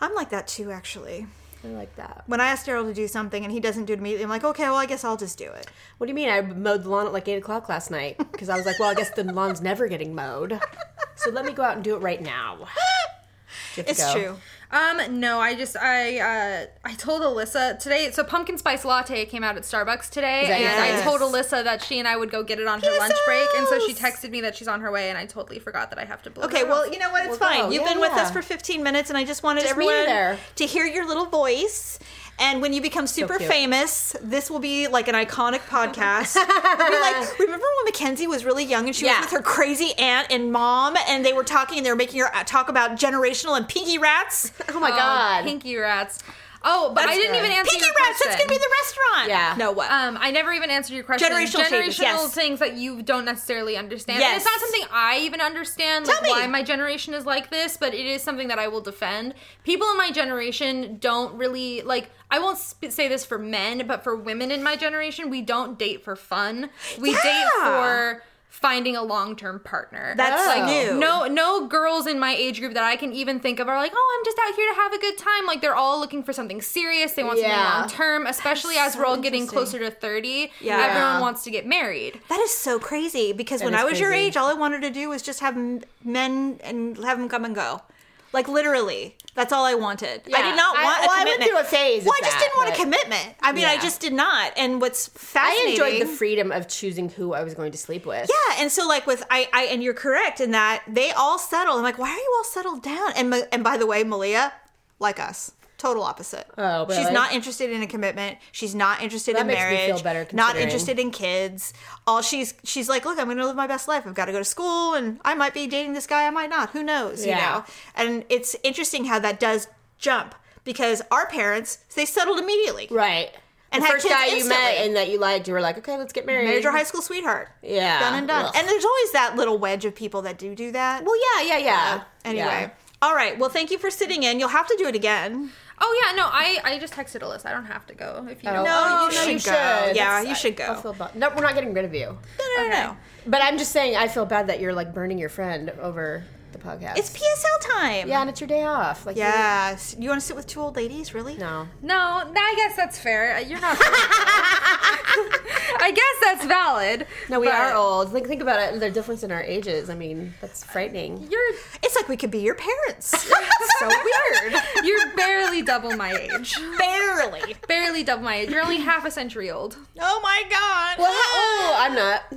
Speaker 4: I'm like that too, actually.
Speaker 2: I like that.
Speaker 4: when I ask Daryl to do something and he doesn't do it immediately, I'm like, okay, well, I guess I'll just do it.
Speaker 2: What do you mean? I mowed the lawn at like eight o'clock last night because I was like, well, I guess the lawn's never getting mowed, so let me go out and do it right now. You have to
Speaker 4: It's
Speaker 2: go.
Speaker 4: true.
Speaker 3: Um, no, I just I uh I told Alyssa today. So pumpkin spice latte came out at Starbucks today,
Speaker 2: that
Speaker 3: and
Speaker 2: your
Speaker 4: thing?
Speaker 3: I told Alyssa that she and I would go get it on her lunch break, and so she
Speaker 4: Pieces!
Speaker 3: texted me that she's on her way, and I totally forgot that I have to. Blow
Speaker 4: Okay,
Speaker 3: her
Speaker 4: well,
Speaker 3: off.
Speaker 4: you know what? It's
Speaker 2: Well,
Speaker 4: fine.
Speaker 2: go.
Speaker 4: You've
Speaker 2: Yeah,
Speaker 4: been with
Speaker 2: yeah.
Speaker 4: us for 15 minutes, and I just wanted
Speaker 2: Just me
Speaker 4: everyone
Speaker 2: there.
Speaker 4: to hear your little voice. And when you become super
Speaker 2: cute.
Speaker 4: famous, this will be like an iconic podcast. We're like, remember when Mackenzie was really young and she
Speaker 2: Yeah.
Speaker 4: was with her crazy aunt and mom, and they were talking and they were making her uh, talk about generational and pinky rats?
Speaker 2: Oh my
Speaker 3: Oh,
Speaker 2: god.
Speaker 3: pinky rats. Oh, but I didn't even answer
Speaker 4: pinky
Speaker 3: your
Speaker 4: rats.
Speaker 3: question.
Speaker 4: That's gonna be the restaurant.
Speaker 2: Yeah.
Speaker 4: No what?
Speaker 3: Um, I never even answered your question.
Speaker 4: Generational changes, yes.
Speaker 3: things that you don't necessarily understand. And
Speaker 4: Yes.
Speaker 3: it's not something I even understand,
Speaker 4: Tell
Speaker 3: like
Speaker 4: me.
Speaker 3: why my generation is like this, but it is something that I will defend. People in my generation don't really like. I won't sp- say this for men, but for women in my generation, we don't date for fun. We date
Speaker 4: Yeah.
Speaker 3: for finding a long-term partner.
Speaker 4: That's
Speaker 3: like
Speaker 4: new.
Speaker 3: No, no girls in my age group that I can even think of are like, "Oh, I'm just out here to have a good time." Like they're all looking for something serious. They want
Speaker 2: Yeah.
Speaker 3: something long-term, especially as
Speaker 4: so
Speaker 3: we're all getting closer
Speaker 4: interesting.
Speaker 3: closer to 30
Speaker 4: Yeah.
Speaker 3: everyone wants to get married
Speaker 4: That is so crazy because when
Speaker 2: is
Speaker 4: I was your
Speaker 2: crazy.
Speaker 4: age, all I wanted to do was just have m- men and have them come and go. Like literally, that's all I wanted. I
Speaker 2: Yeah.
Speaker 4: did not
Speaker 2: I-
Speaker 4: want a
Speaker 2: well, I went
Speaker 4: commitment.
Speaker 2: through a phase of
Speaker 4: Well, I just
Speaker 2: that,
Speaker 4: didn't want a
Speaker 2: but-
Speaker 4: commitment. I mean, I
Speaker 2: Yeah.
Speaker 4: just did not. And what's
Speaker 2: I
Speaker 4: fascinating,
Speaker 2: enjoyed the freedom of choosing who I was going to sleep with.
Speaker 4: yeah, and so like with I, I and you're correct in that they all settle. I'm like, why are you all settled down? And Ma- and by the way, Malia, like us, total opposite.
Speaker 2: Oh,
Speaker 4: she's
Speaker 2: really?
Speaker 4: not interested in a commitment. She's not interested
Speaker 2: That
Speaker 4: in
Speaker 2: makes me
Speaker 4: marriage.
Speaker 2: feel better
Speaker 4: not
Speaker 2: considering.
Speaker 4: interested in kids. All she's she's like, look, I'm going to live my best life. I've got to go to school, and I might be dating this guy. I might not. Who knows?
Speaker 2: Yeah.
Speaker 4: You know. And it's interesting how that does jump because our parents they settled immediately.
Speaker 2: Right.
Speaker 4: And
Speaker 2: the
Speaker 4: had
Speaker 2: first
Speaker 4: kids
Speaker 2: guy you met
Speaker 4: instantly.
Speaker 2: and that you liked, you were like, okay, let's get married.
Speaker 4: Married your high school sweetheart.
Speaker 2: Yeah.
Speaker 4: Done and done.
Speaker 2: Ugh.
Speaker 4: And there's always that little wedge of people that do do that.
Speaker 2: Well, yeah, yeah, yeah.
Speaker 4: Anyway.
Speaker 2: Yeah.
Speaker 4: All right. Well, thank you for sitting in. You'll have to do it again.
Speaker 3: Oh yeah, no, I I just texted Alyssa. I don't have to go if you don't.
Speaker 4: No.
Speaker 2: Oh,
Speaker 4: you should go. Yeah, you should go.
Speaker 2: I feel bad. No, we're not getting rid of you.
Speaker 4: No, no, no, no.
Speaker 2: But I'm just saying, I feel bad that you're like burning your friend over the podcast.
Speaker 4: It's PSL time.
Speaker 2: yeah, and it's your day off. Like,
Speaker 4: Yeah. S- You want to sit with two old ladies? Really?
Speaker 2: you- no.
Speaker 3: No, no, I guess that's fair. Uh, You're not.
Speaker 2: *laughs*
Speaker 3: I guess that's valid.
Speaker 2: No, we
Speaker 3: but
Speaker 2: are old. Like, think about it. The difference in our ages. I mean, that's frightening.
Speaker 3: You're
Speaker 4: It's like we could be your parents.
Speaker 2: *laughs*
Speaker 4: It's so weird.
Speaker 3: you're barely double my age.
Speaker 4: Barely.
Speaker 3: Barely double my age. You're only half a century old. *laughs*
Speaker 4: Oh my God.
Speaker 2: Well, oh, I'm not.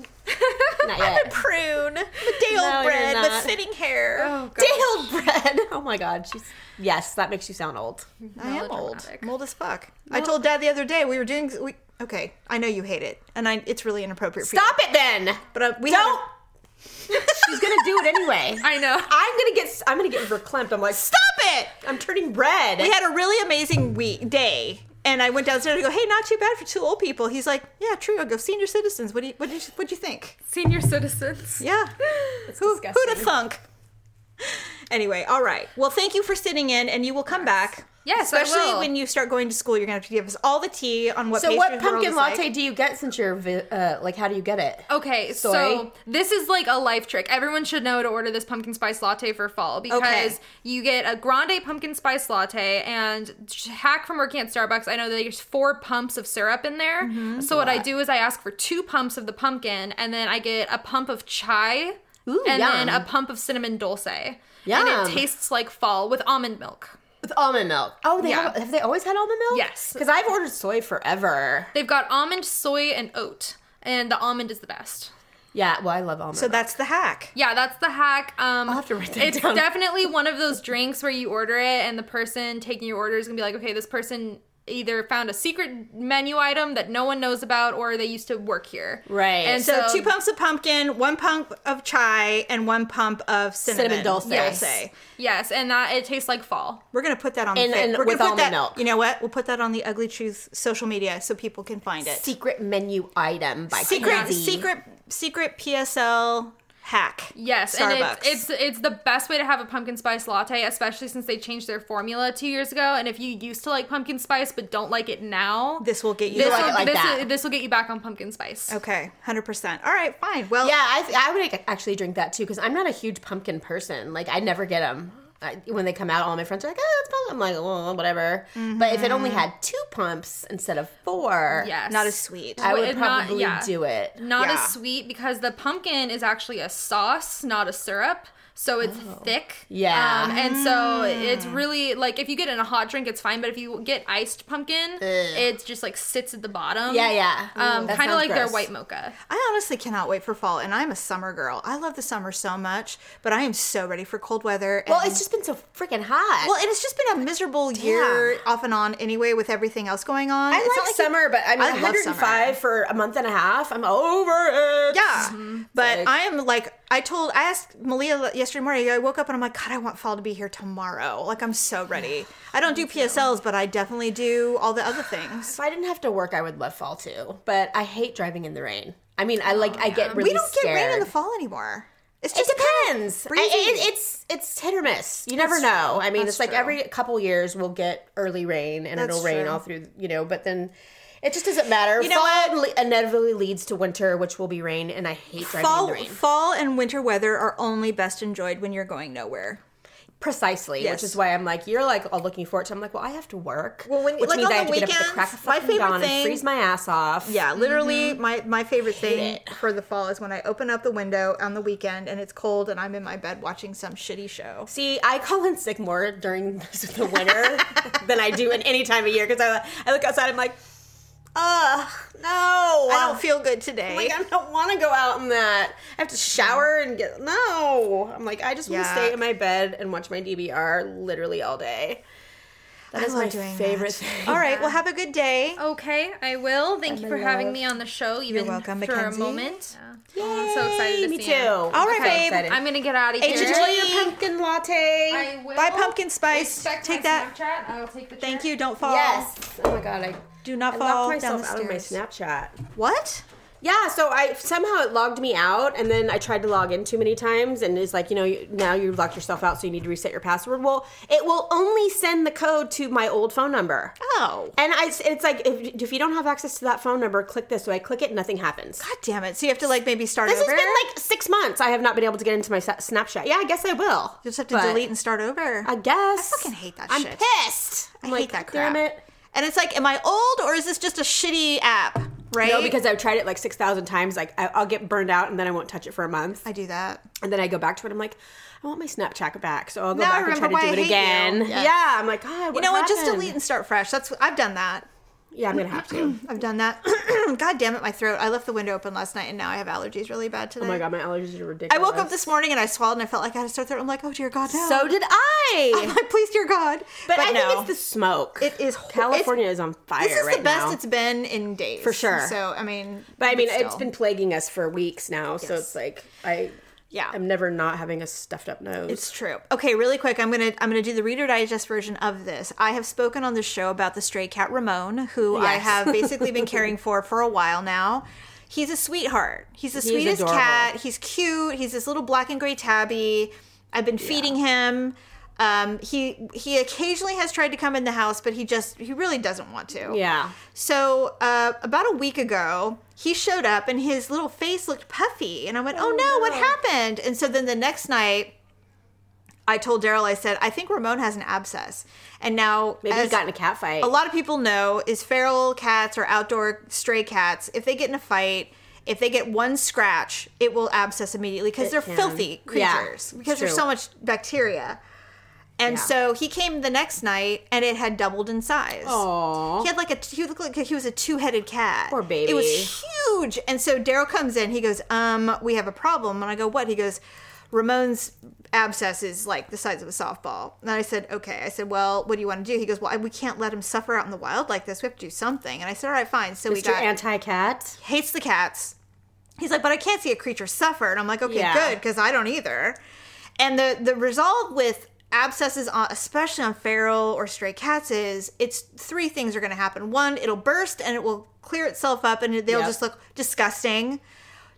Speaker 2: Not
Speaker 4: I'm a
Speaker 2: yet.
Speaker 4: prune. The day
Speaker 2: No,
Speaker 4: old
Speaker 2: you're
Speaker 4: bread with
Speaker 2: not.
Speaker 4: thinning hair.
Speaker 3: Oh god.
Speaker 2: Dale bread. *laughs* Oh my God. She's yes. That makes you sound old.
Speaker 4: I am old.
Speaker 3: Melodramatic.
Speaker 4: I'm old as fuck. I told Dad the other day we were doing. We, okay, I know you hate it, and I, it's really inappropriate.
Speaker 2: Stop
Speaker 4: for you.
Speaker 2: it then.
Speaker 4: But uh, we
Speaker 2: Don't.
Speaker 4: haven't-
Speaker 2: *laughs* She's gonna do it anyway.
Speaker 3: I know.
Speaker 2: I'm gonna get. I'm gonna get verklempt. I'm like,
Speaker 4: Stop it.
Speaker 2: I'm turning red.
Speaker 4: We had a really amazing week day, and I went downstairs to go. Hey, not too bad for two old people. He's like, yeah, true. I go senior citizens. What do you what do you, what do you think?
Speaker 3: Senior citizens.
Speaker 4: Yeah, who who'd have thunk? Anyway, all right. Well, thank you for sitting in, and you will come back.
Speaker 3: Yes, I
Speaker 4: especially
Speaker 3: will.
Speaker 4: when you start going to school, you're gonna have to give us all the tea on what.
Speaker 2: So what
Speaker 4: pastries the world
Speaker 2: pumpkin
Speaker 4: is like.
Speaker 2: latte do you get since you're vi- uh, like how do you get it?
Speaker 3: Okay,
Speaker 2: Soy.
Speaker 3: so this is like a life trick. Everyone should know to order this pumpkin spice latte for fall because
Speaker 4: Okay.
Speaker 3: you get a grande pumpkin spice latte. And hack from working at Starbucks, I know there's four pumps of syrup in there.
Speaker 2: Mm-hmm.
Speaker 3: So what I do is I ask for two pumps of the pumpkin, and then I get a pump of chai,
Speaker 2: Ooh,
Speaker 3: and then
Speaker 2: yum.
Speaker 3: a pump of cinnamon dulce.
Speaker 2: Yum.
Speaker 3: And it tastes like fall with almond milk.
Speaker 2: With almond milk. Oh, they
Speaker 3: Yeah.
Speaker 2: have, have they always had almond milk?
Speaker 3: Yes.
Speaker 2: Because I've ordered soy forever.
Speaker 3: They've got almond, soy, and oat, and the almond is the best.
Speaker 2: Yeah. Well, I love almond.
Speaker 4: So that's the hack.
Speaker 3: Yeah, that's the hack. Um, I'll
Speaker 2: have to write that
Speaker 3: It's
Speaker 2: down.
Speaker 3: definitely
Speaker 2: *laughs*
Speaker 3: one of those drinks where you order it, and the person taking your order is gonna be like, okay, this person either found a secret menu item that no one knows about, or they used to work here.
Speaker 2: Right.
Speaker 3: And
Speaker 4: So,
Speaker 3: so,
Speaker 4: two pumps of pumpkin, one pump of chai, and one pump of cinnamon,
Speaker 2: Cinnamon dulce.
Speaker 3: Yes.
Speaker 4: dulce.
Speaker 3: Yes, and that it tastes like fall.
Speaker 4: We're gonna put that on
Speaker 2: And-
Speaker 4: the fa-
Speaker 2: and
Speaker 4: we're gonna
Speaker 2: with
Speaker 4: put
Speaker 2: almond
Speaker 4: that,
Speaker 2: milk.
Speaker 4: You know what? We'll put that on the Ugly Truth social media so people can find it.
Speaker 2: secret menu item by
Speaker 4: secret,
Speaker 2: Kenzie.
Speaker 4: secret, secret PSL hack.
Speaker 3: Yes,
Speaker 4: Starbucks.
Speaker 3: and it's, it's it's the best way to have a pumpkin spice latte, especially since they changed their formula two years ago. And if you used to like pumpkin spice but don't like it now,
Speaker 4: this will get you.
Speaker 3: this
Speaker 2: like
Speaker 3: will,
Speaker 2: it like
Speaker 3: this,
Speaker 2: that.
Speaker 3: will- this will get you back on pumpkin spice.
Speaker 4: okay, hundred percent. All right, fine. Well,
Speaker 2: Yeah, I, th- I would ac- actually drink that too because I'm not a huge pumpkin person. Like I never get them I, when they come out. All my friends are like, "Oh, it's pumpkin." I'm like, "Well, whatever." But if it only had two pumps instead of four,
Speaker 3: Yes,
Speaker 4: not as sweet.
Speaker 2: I would
Speaker 3: It not-
Speaker 2: probably
Speaker 3: yeah.
Speaker 2: do it.
Speaker 3: not
Speaker 4: Yeah.
Speaker 3: as sweet because the pumpkin is actually a sauce, not a syrup. So it's thick.
Speaker 2: Yeah.
Speaker 3: Um, and so it's really like if you get it in a hot drink, it's fine. But if you get iced pumpkin, it just like sits at the bottom.
Speaker 2: Yeah, yeah.
Speaker 3: Um,
Speaker 2: Ooh, that
Speaker 3: kind
Speaker 2: sounds
Speaker 3: of like their
Speaker 2: gross.
Speaker 3: white mocha.
Speaker 4: I honestly cannot wait for fall, and I'm a summer girl. I love the summer so much, but I am so ready for cold weather.
Speaker 2: Well,
Speaker 4: and-
Speaker 2: it's just been so freaking hot.
Speaker 4: Well, and it's just been a miserable year off and on anyway with everything else going on.
Speaker 2: I like, summer, but I mean,
Speaker 4: I love
Speaker 2: 105 for a month and a half. I'm over it.
Speaker 4: Yeah. But I am like, I told, I asked Malia yesterday morning, I woke up and I'm like, God, I want fall to be here tomorrow. Like, I'm so ready. I don't do PSLs, but I definitely do all the other things.
Speaker 2: If I didn't have to work, I would love fall too. But I hate driving in the rain. I mean, I like I get really
Speaker 4: Oh, we don't get
Speaker 2: scared.
Speaker 4: rain in the fall anymore. It's just
Speaker 2: it depends. I-
Speaker 4: breezy.
Speaker 2: it- it's it's hit or miss. You never
Speaker 4: That's
Speaker 2: know.
Speaker 4: true.
Speaker 2: I mean,
Speaker 4: That's
Speaker 2: it's like
Speaker 4: true.
Speaker 2: every couple years we'll get early rain and
Speaker 4: That's
Speaker 2: it'll rain
Speaker 4: true.
Speaker 2: all through. You know, but then it just doesn't matter.
Speaker 4: You know
Speaker 2: fall le- inevitably leads to winter, which will be rain, and I hate driving in
Speaker 4: fall,
Speaker 2: the rain.
Speaker 4: fall and winter weather are only best enjoyed when you're going nowhere.
Speaker 2: Precisely,
Speaker 4: Yes.
Speaker 2: which is why I'm like, you're like all looking forward to. I'm like, well, I have to work,
Speaker 4: Well, when-
Speaker 2: which
Speaker 4: like,
Speaker 2: means
Speaker 4: on
Speaker 2: I have
Speaker 4: the
Speaker 2: to get up at the crack of
Speaker 4: weekends, my
Speaker 2: fucking dawn
Speaker 4: favorite
Speaker 2: and
Speaker 4: thing-
Speaker 2: freeze my ass off.
Speaker 4: Yeah, literally, my, my favorite thing for the fall is when I open up the window on the weekend and it's cold and I'm in my bed watching some shitty show.
Speaker 2: See, I call in sick more during *laughs* the
Speaker 4: *laughs*
Speaker 2: winter than I do in any time of year because I, I look outside. I'm like, ugh, no,
Speaker 4: I don't feel good today.
Speaker 2: like I don't want to go out in that. I have to shower and get no. I'm like, I just want to
Speaker 4: Yeah.
Speaker 2: stay in my bed and watch my DVR literally all day. That is
Speaker 4: love
Speaker 2: my
Speaker 4: doing
Speaker 2: favorite
Speaker 4: that.
Speaker 2: thing.
Speaker 4: All right, well, have a good day.
Speaker 3: Okay, I will. Thank you
Speaker 2: in
Speaker 3: for having
Speaker 2: love.
Speaker 3: me on the show. Even
Speaker 4: welcome,
Speaker 3: for
Speaker 4: Mackenzie.
Speaker 3: a moment. Yeah. Oh, I'm so excited to
Speaker 2: me
Speaker 3: see
Speaker 2: too.
Speaker 3: it.
Speaker 2: All
Speaker 4: right, babe.
Speaker 3: I'm gonna get out of
Speaker 4: Hey,
Speaker 3: here.
Speaker 2: Enjoy your pumpkin latte.
Speaker 3: I will.
Speaker 4: Buy pumpkin spice.
Speaker 3: Expect
Speaker 4: Take
Speaker 3: my
Speaker 4: that.
Speaker 3: Snapchat. I will take the.
Speaker 4: Thank
Speaker 3: chair.
Speaker 4: you. Don't fall.
Speaker 2: yes. Oh my god, I
Speaker 4: Do not
Speaker 2: I
Speaker 4: fall
Speaker 2: locked
Speaker 4: down
Speaker 2: myself
Speaker 4: the
Speaker 2: out of my
Speaker 4: stairs.
Speaker 2: Snapchat.
Speaker 4: What?
Speaker 2: Yeah, so I somehow it logged me out, and then I tried to log in too many times, and it's like you know you- now you've locked yourself out, so you need to reset your password. Well, it will only send the code to my old phone number.
Speaker 4: Oh.
Speaker 2: And I, it's like if, if you don't have access to that phone number, click this. So I click it, nothing happens.
Speaker 4: God damn it. So you have to like maybe start
Speaker 2: This
Speaker 4: over.
Speaker 2: has been like six months. I have not been able to get into my Sa- Snapchat. Yeah, I guess I will.
Speaker 4: you just have to
Speaker 2: But
Speaker 4: delete and start over.
Speaker 2: I guess.
Speaker 4: I fucking hate that
Speaker 2: I'm
Speaker 4: shit.
Speaker 2: pissed.
Speaker 4: I
Speaker 2: I'm
Speaker 4: hate
Speaker 2: like,
Speaker 4: that crap.
Speaker 2: Damn it.
Speaker 4: And it's like, am I old or is this just a shitty app? Right?
Speaker 2: No, because I've tried it like six thousand times. Like I, I'll get burned out, and then I won't touch it for a month.
Speaker 4: I do that.
Speaker 2: And then I go back to it. I'm like, I want my Snapchat back. So I'll go
Speaker 4: Now I
Speaker 2: back and try
Speaker 4: remember why
Speaker 2: to
Speaker 4: I
Speaker 2: do it
Speaker 4: hate you.
Speaker 2: again.
Speaker 4: Yes.
Speaker 2: Yeah. I'm like, God, what
Speaker 4: You know what? Just
Speaker 2: happened?"
Speaker 4: delete and start fresh. That's I've done that.
Speaker 2: Yeah, I'm gonna have
Speaker 4: *clears throat*
Speaker 2: to.
Speaker 4: I've done that. God damn it, my throat. I left the window open last night and now I have allergies really bad today.
Speaker 2: oh my God, my allergies are ridiculous.
Speaker 4: I woke up this morning and I swallowed and I felt like I had a sore throat. I'm like, oh dear God, no.
Speaker 2: So did I.
Speaker 4: *laughs* I'm like, please, dear God.
Speaker 2: but, I
Speaker 4: no.
Speaker 2: think it's the smoke.
Speaker 4: It is hor-
Speaker 2: California
Speaker 4: it's-
Speaker 2: is on fire
Speaker 4: This is
Speaker 2: right
Speaker 4: the best
Speaker 2: now.
Speaker 4: it's been in days.
Speaker 2: For sure.
Speaker 4: So, I mean.
Speaker 2: But I mean, it's
Speaker 4: still.
Speaker 2: been plaguing us for weeks now, so it's like I,
Speaker 4: Yeah.
Speaker 2: I'm never not having a stuffed up nose.
Speaker 4: It's true. Okay, really quick, I'm gonna I'm gonna do the Reader Digest version of this. I have spoken on this show about the stray cat Ramon, who I
Speaker 2: Yes.
Speaker 4: have basically been caring for for a while now. He's a sweetheart. He's the
Speaker 2: He's
Speaker 4: sweetest
Speaker 2: adorable.
Speaker 4: cat. He's cute. He's this little black and gray tabby. I've been feeding him. Um, he he occasionally has tried to come in the house, but he just he really doesn't want to.
Speaker 2: yeah,
Speaker 4: So uh, about a week ago, he showed up and his little face looked puffy, and I went, "Oh, no, what happened?" And so then the next night, I told Daryl, I said, "I think Ramon has an abscess," and now
Speaker 2: maybe
Speaker 4: as
Speaker 2: we got in a cat fight.
Speaker 4: a lot of people know is feral cats or outdoor stray cats. If they get in a fight. If they get one scratch, it will abscess immediately because
Speaker 2: It
Speaker 4: they're
Speaker 2: can.
Speaker 4: filthy
Speaker 2: Yeah,
Speaker 4: creatures.
Speaker 2: it's
Speaker 4: because there's
Speaker 2: true.
Speaker 4: so much bacteria. And
Speaker 2: Yeah.
Speaker 4: so he came the next night and it had doubled in size.
Speaker 2: Aw.
Speaker 4: He had like a he looked like he was a two headed cat.
Speaker 2: Poor baby.
Speaker 4: It was huge. And so Daryl comes in. He goes, "Um, we have a problem." And I go, "What?" He goes, "Ramon's abscess is like the size of a softball." And I said, "Okay." I said, "Well, what do you want to do?" He goes, "Well, I, we can't let him suffer out in the wild like this. We have to do something." And I said, "All right, fine." So we
Speaker 2: Mr.
Speaker 4: got
Speaker 2: Anti-cat.
Speaker 4: hates the cats. He's like, but I can't see a creature suffer. And I'm like, okay,
Speaker 2: Yeah.
Speaker 4: good, because I don't either. And the the result with abscesses, on, especially on feral or stray cats, is it's three things are going to happen. One, it'll burst and it will clear itself up, and they'll
Speaker 2: Yep.
Speaker 4: just look disgusting.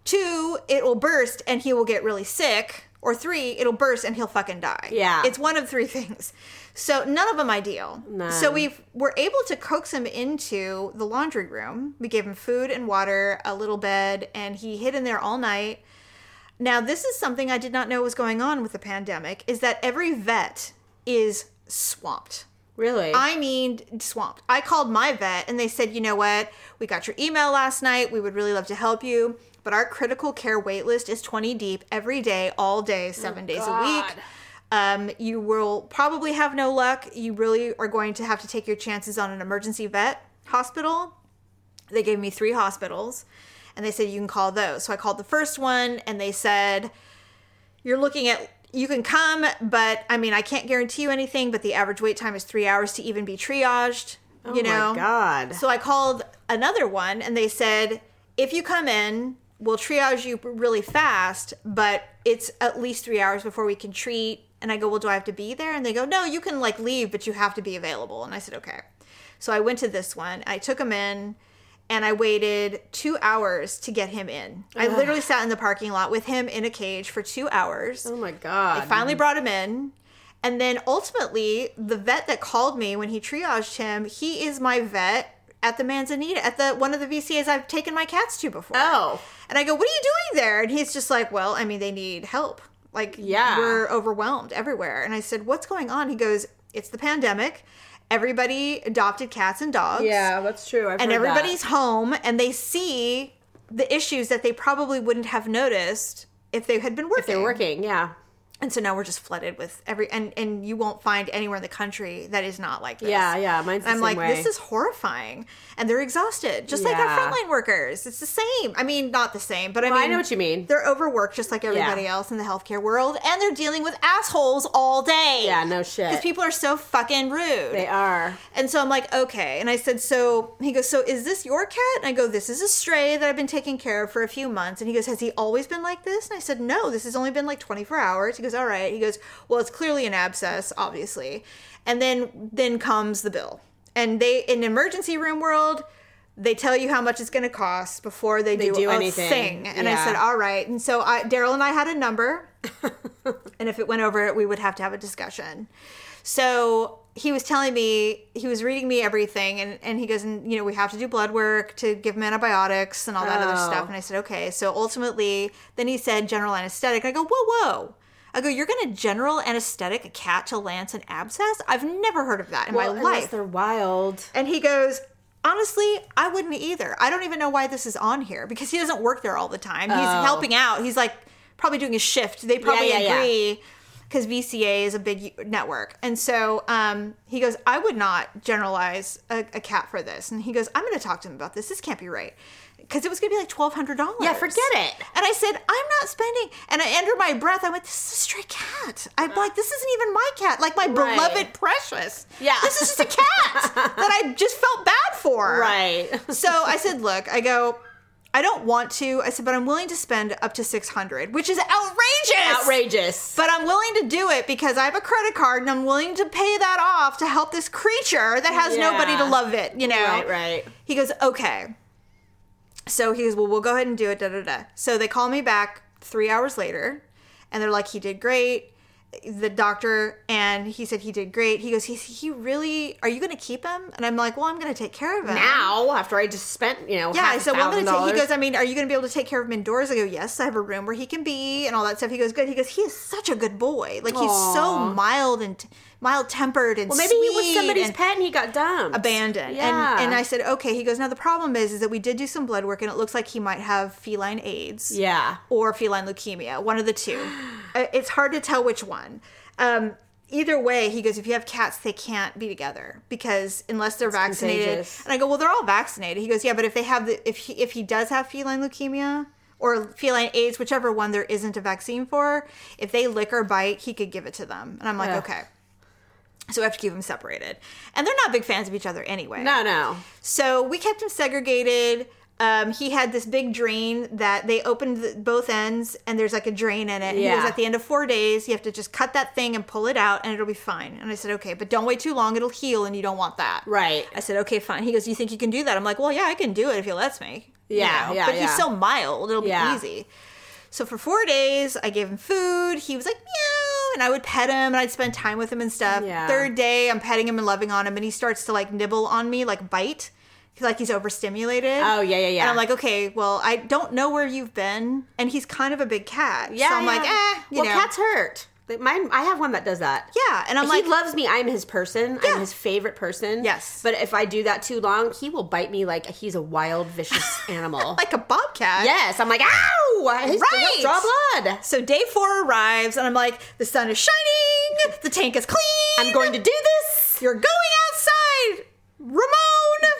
Speaker 4: Two, it will burst and he will get really sick. Or three, it'll burst and he'll fucking die.
Speaker 2: Yeah.
Speaker 4: it's one of three things. So none of them ideal. So we were able to coax him into the laundry room. We gave him food and water, a little bed, and he hid in there all night. Now, this is something I did not know was going on with the pandemic is that every vet is swamped.
Speaker 2: Really?
Speaker 4: I mean, swamped. I called my vet and they said, you know what? We got your email last night. We would really love to help you. But our critical care wait list is 20 deep every day, all day, seven days a week. Um, you will probably have no luck. You really are going to have to take your chances on an emergency vet hospital. They gave me three hospitals and they said, you can call those. So I called the first one and they said, you're looking at you can come, but I mean, I can't guarantee you anything. But the average wait time is three hours to even be triaged. you
Speaker 2: Oh my
Speaker 4: know,
Speaker 2: God.
Speaker 4: So I called another one, and they said, if you come in, we'll triage you really fast, but it's at least three hours before we can treat. And I go, well, do I have to be there? And they go, no, you can like leave, but you have to be available. And I said, okay. So I went to this one. I took him in and I waited two hours to get him in. I literally sat in the parking lot with him in a cage for two hours.
Speaker 2: oh my God.
Speaker 4: I finally brought him in. And then ultimately, the vet that called me when he triaged him, he is my vet at the Manzanita, at the one of the VCAs I've taken my cats to before.
Speaker 2: Oh.
Speaker 4: And I go, What are you doing there? And he's just like, Well, I mean, they need help. Like,
Speaker 2: Yeah.
Speaker 4: we're overwhelmed everywhere. And I said, What's going on? He goes, It's the pandemic. Everybody adopted cats and dogs.
Speaker 2: Yeah, that's true. I've
Speaker 4: And
Speaker 2: heard that.
Speaker 4: everybody's home and they see the issues that they probably wouldn't have noticed if they had been working.
Speaker 2: they're working. Yeah,
Speaker 4: And so now we're just flooded with every and and you won't find anywhere in the country that is not like this.
Speaker 2: Yeah, yeah, mine's the
Speaker 4: I'm
Speaker 2: same
Speaker 4: like, this
Speaker 2: way.
Speaker 4: is horrifying. And they're exhausted, just like our
Speaker 2: Yeah.
Speaker 4: frontline workers. It's the same. I mean, not the same, but I
Speaker 2: Well, I
Speaker 4: mean
Speaker 2: know what you mean.
Speaker 4: They're overworked just like everybody else in the healthcare world, and they're dealing with assholes all day.
Speaker 2: yeah, no shit.
Speaker 4: Because people are so fucking rude.
Speaker 2: they are.
Speaker 4: And so I'm like, okay. And I said, so he goes, so is this your cat? And I go, this is a stray that I've been taking care of for a few months. And he goes, has he always been like this? And I said, no, this has only been like 24 hours. He goes, all right. He goes, well, it's clearly an abscess, obviously. And then then comes the bill. And they in emergency room world, they tell you how much it's going to cost before they, do,
Speaker 2: do
Speaker 4: a
Speaker 2: anything.
Speaker 4: thing. And I
Speaker 2: Yeah.
Speaker 4: said, all right. And so I, Daryl and I had a number. and if it went over it, we would have to have a discussion. So he was telling me, he was reading me everything, and, and he goes, and, you know, we have to do blood work to give him antibiotics and all that other
Speaker 2: Oh.
Speaker 4: stuff. And I said, okay. So ultimately, then he said general anesthetic. I go, whoa, whoa. I go, you're going to general anesthetic a cat to lance an abscess? I've never heard of that in
Speaker 2: Well,
Speaker 4: my
Speaker 2: unless
Speaker 4: life.
Speaker 2: They're wild.
Speaker 4: And he goes, Honestly, I wouldn't either. I don't even know why this is on here because he doesn't work there all the time. He's helping out. He's like probably doing a shift. They probably
Speaker 2: Oh. yeah, yeah.
Speaker 4: agree because VCA is a big u- network. And so um, he goes, I would not generalize a, a cat for this. And he goes, I'm going to talk to him about this. This can't be right. Because it was going to be like twelve hundred dollars.
Speaker 2: Yeah, forget it.
Speaker 4: And I said, I'm not spending. And I under my breath, I went, "This is a stray cat." I'm like, "This isn't even my cat. Like my
Speaker 2: Right.
Speaker 4: beloved, precious."
Speaker 2: Yeah. *laughs*
Speaker 4: this is just a cat that I just felt bad
Speaker 2: *laughs*
Speaker 4: for.
Speaker 2: Right.
Speaker 4: So I said, look, I go, I don't want to. I said, but I'm willing to spend up to 600, which is outrageous.
Speaker 2: Outrageous.
Speaker 4: But I'm willing to do it because I have a credit card and I'm willing to pay that off to help this creature that has
Speaker 2: Yeah.
Speaker 4: nobody to love it, you know?
Speaker 2: Right, right.
Speaker 4: He goes, okay. So he goes, well, we'll go ahead and do it, da da da. So they call me back three hours later and they're like, he did great. The doctor, and he said he did great. He goes, he, he really, are you going to keep him? And I'm like, well, I'm going to take care of him.
Speaker 2: now, after I just spent, you know,
Speaker 4: Yeah,
Speaker 2: half a
Speaker 4: so I'm gonna
Speaker 2: thousand
Speaker 4: take. He
Speaker 2: dollars-
Speaker 4: goes. I mean, are you gonna be able to take care of him indoors? I go. Yes, I have a room where he can be and all that stuff. He goes. Good. He goes. He is such a good boy. Like he's so mild and mild tempered and
Speaker 2: Well, maybe he was
Speaker 4: sweet
Speaker 2: somebody's
Speaker 4: and
Speaker 2: pet and he got dumped.
Speaker 4: abandoned.
Speaker 2: Yeah.
Speaker 4: And and I said, okay. He goes. Now the problem is, is that we did do some blood work and it looks like he might have feline AIDS
Speaker 2: Yeah.
Speaker 4: or feline leukemia, one of the two. Uh, it's hard to tell which one. Um, either way, he goes, if you have cats, they can't be together because unless they're vaccinated.
Speaker 2: contagious.
Speaker 4: And I go, well, they're all vaccinated. He goes, yeah, but if they have the if he if he does have feline leukemia or feline AIDS, whichever one there isn't a vaccine for, if they lick or bite, he could give it to them. And I'm like,
Speaker 2: Ugh.
Speaker 4: okay. So we have to keep them separated, and they're not big fans of each other anyway.
Speaker 2: No, no.
Speaker 4: So we kept him segregated. Um, he had this big drain that they opened the, both ends, and there's like a drain in it. And He goes,
Speaker 2: Yeah.
Speaker 4: at the end of four days, you have to just cut that thing and pull it out, and it'll be fine. And I said, okay, but don't wait too long; it'll heal, and you don't want that.
Speaker 2: Right.
Speaker 4: I said, okay, fine. He goes, you think you can do that? I'm like, well, yeah, I can do it if he lets me. You
Speaker 2: Yeah,
Speaker 4: know?
Speaker 2: yeah,
Speaker 4: But he's
Speaker 2: yeah.
Speaker 4: so mild; it'll be
Speaker 2: Yeah.
Speaker 4: easy. So for four days, I gave him food. He was like meow, and I would pet him, and I'd spend time with him and stuff.
Speaker 2: Yeah.
Speaker 4: Third day, I'm petting him and loving on him, and he starts to like nibble on me, like bite, like he's overstimulated.
Speaker 2: Oh, yeah, yeah, yeah.
Speaker 4: And I'm like, okay, well, I don't know where you've been, and he's kind of a big cat. so I'm like, eh, you
Speaker 2: well,
Speaker 4: know.
Speaker 2: cats hurt. Like, Mine, I have one that does that.
Speaker 4: yeah, and I'm
Speaker 2: he
Speaker 4: like,
Speaker 2: loves me. I'm his person.
Speaker 4: Yeah.
Speaker 2: I'm his favorite person.
Speaker 4: Yes.
Speaker 2: But if I do that too long, he will bite me like he's a wild, *laughs* vicious animal.
Speaker 4: like a bobcat.
Speaker 2: yes. I'm like, ow! He's
Speaker 4: Right.
Speaker 2: right. Draw blood.
Speaker 4: So day four arrives, and I'm like, the sun is shining, the tank is clean.
Speaker 2: I'm going to do this.
Speaker 4: You're going outside, Ramon.
Speaker 2: *laughs*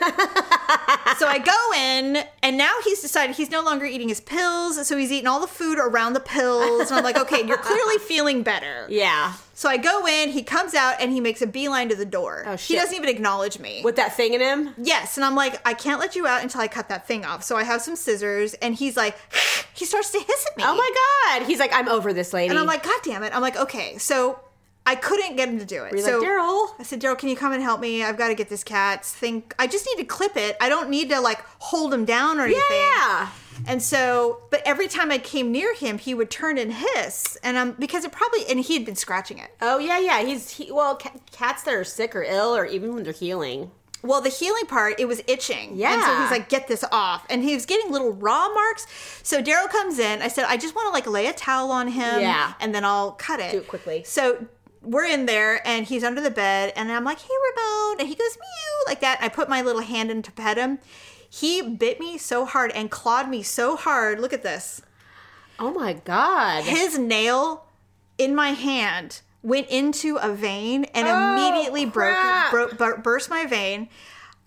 Speaker 4: so I go in, and now he's decided he's no longer eating his pills, so he's eating all the food around the pills. And I'm like, okay,
Speaker 2: *laughs*
Speaker 4: you're clearly feeling better.
Speaker 2: Yeah.
Speaker 4: So I go in, he comes out, and he makes a beeline to the door.
Speaker 2: Oh,
Speaker 4: He
Speaker 2: shit.
Speaker 4: doesn't even acknowledge me.
Speaker 2: With that thing in him.
Speaker 4: Yes, and I'm like, I can't let you out until I cut that thing off. So I have some scissors, and he's like, *laughs* he starts to hiss at me.
Speaker 2: Oh my god. He's like, I'm over this lady.
Speaker 4: And I'm like, God damn it. I'm like, okay. So I couldn't get him to do it.
Speaker 2: You're
Speaker 4: so
Speaker 2: like, Daryl.
Speaker 4: I said, Daryl, can you come and help me? I've got to get this cat's thing. I just need to clip it. I don't need to like hold him down or anything.
Speaker 2: Yeah.
Speaker 4: And so, but every time I came near him, he would turn and hiss. And I'm because it probably, and he had been scratching it.
Speaker 2: Oh yeah, yeah. He's he, well, ca- cats that are sick or ill, or even when they're healing.
Speaker 4: Well, the healing part, it was itching. And so
Speaker 2: Yeah.
Speaker 4: he's like, get this off. And he was getting little raw marks. So Daryl comes in. I said, I just want to like lay a towel on him.
Speaker 2: Yeah.
Speaker 4: And then I'll cut it.
Speaker 2: Do it quickly.
Speaker 4: So we're in there and he's under the bed. And I'm like, hey, Ramon. And he goes, meow, like that. I put my little hand in to pet him. He bit me so hard and clawed me so hard. Look at this.
Speaker 2: Oh my god.
Speaker 4: His nail in my hand went into a vein and immediately
Speaker 2: Oh, crap.
Speaker 4: broke, broke bur- burst my vein.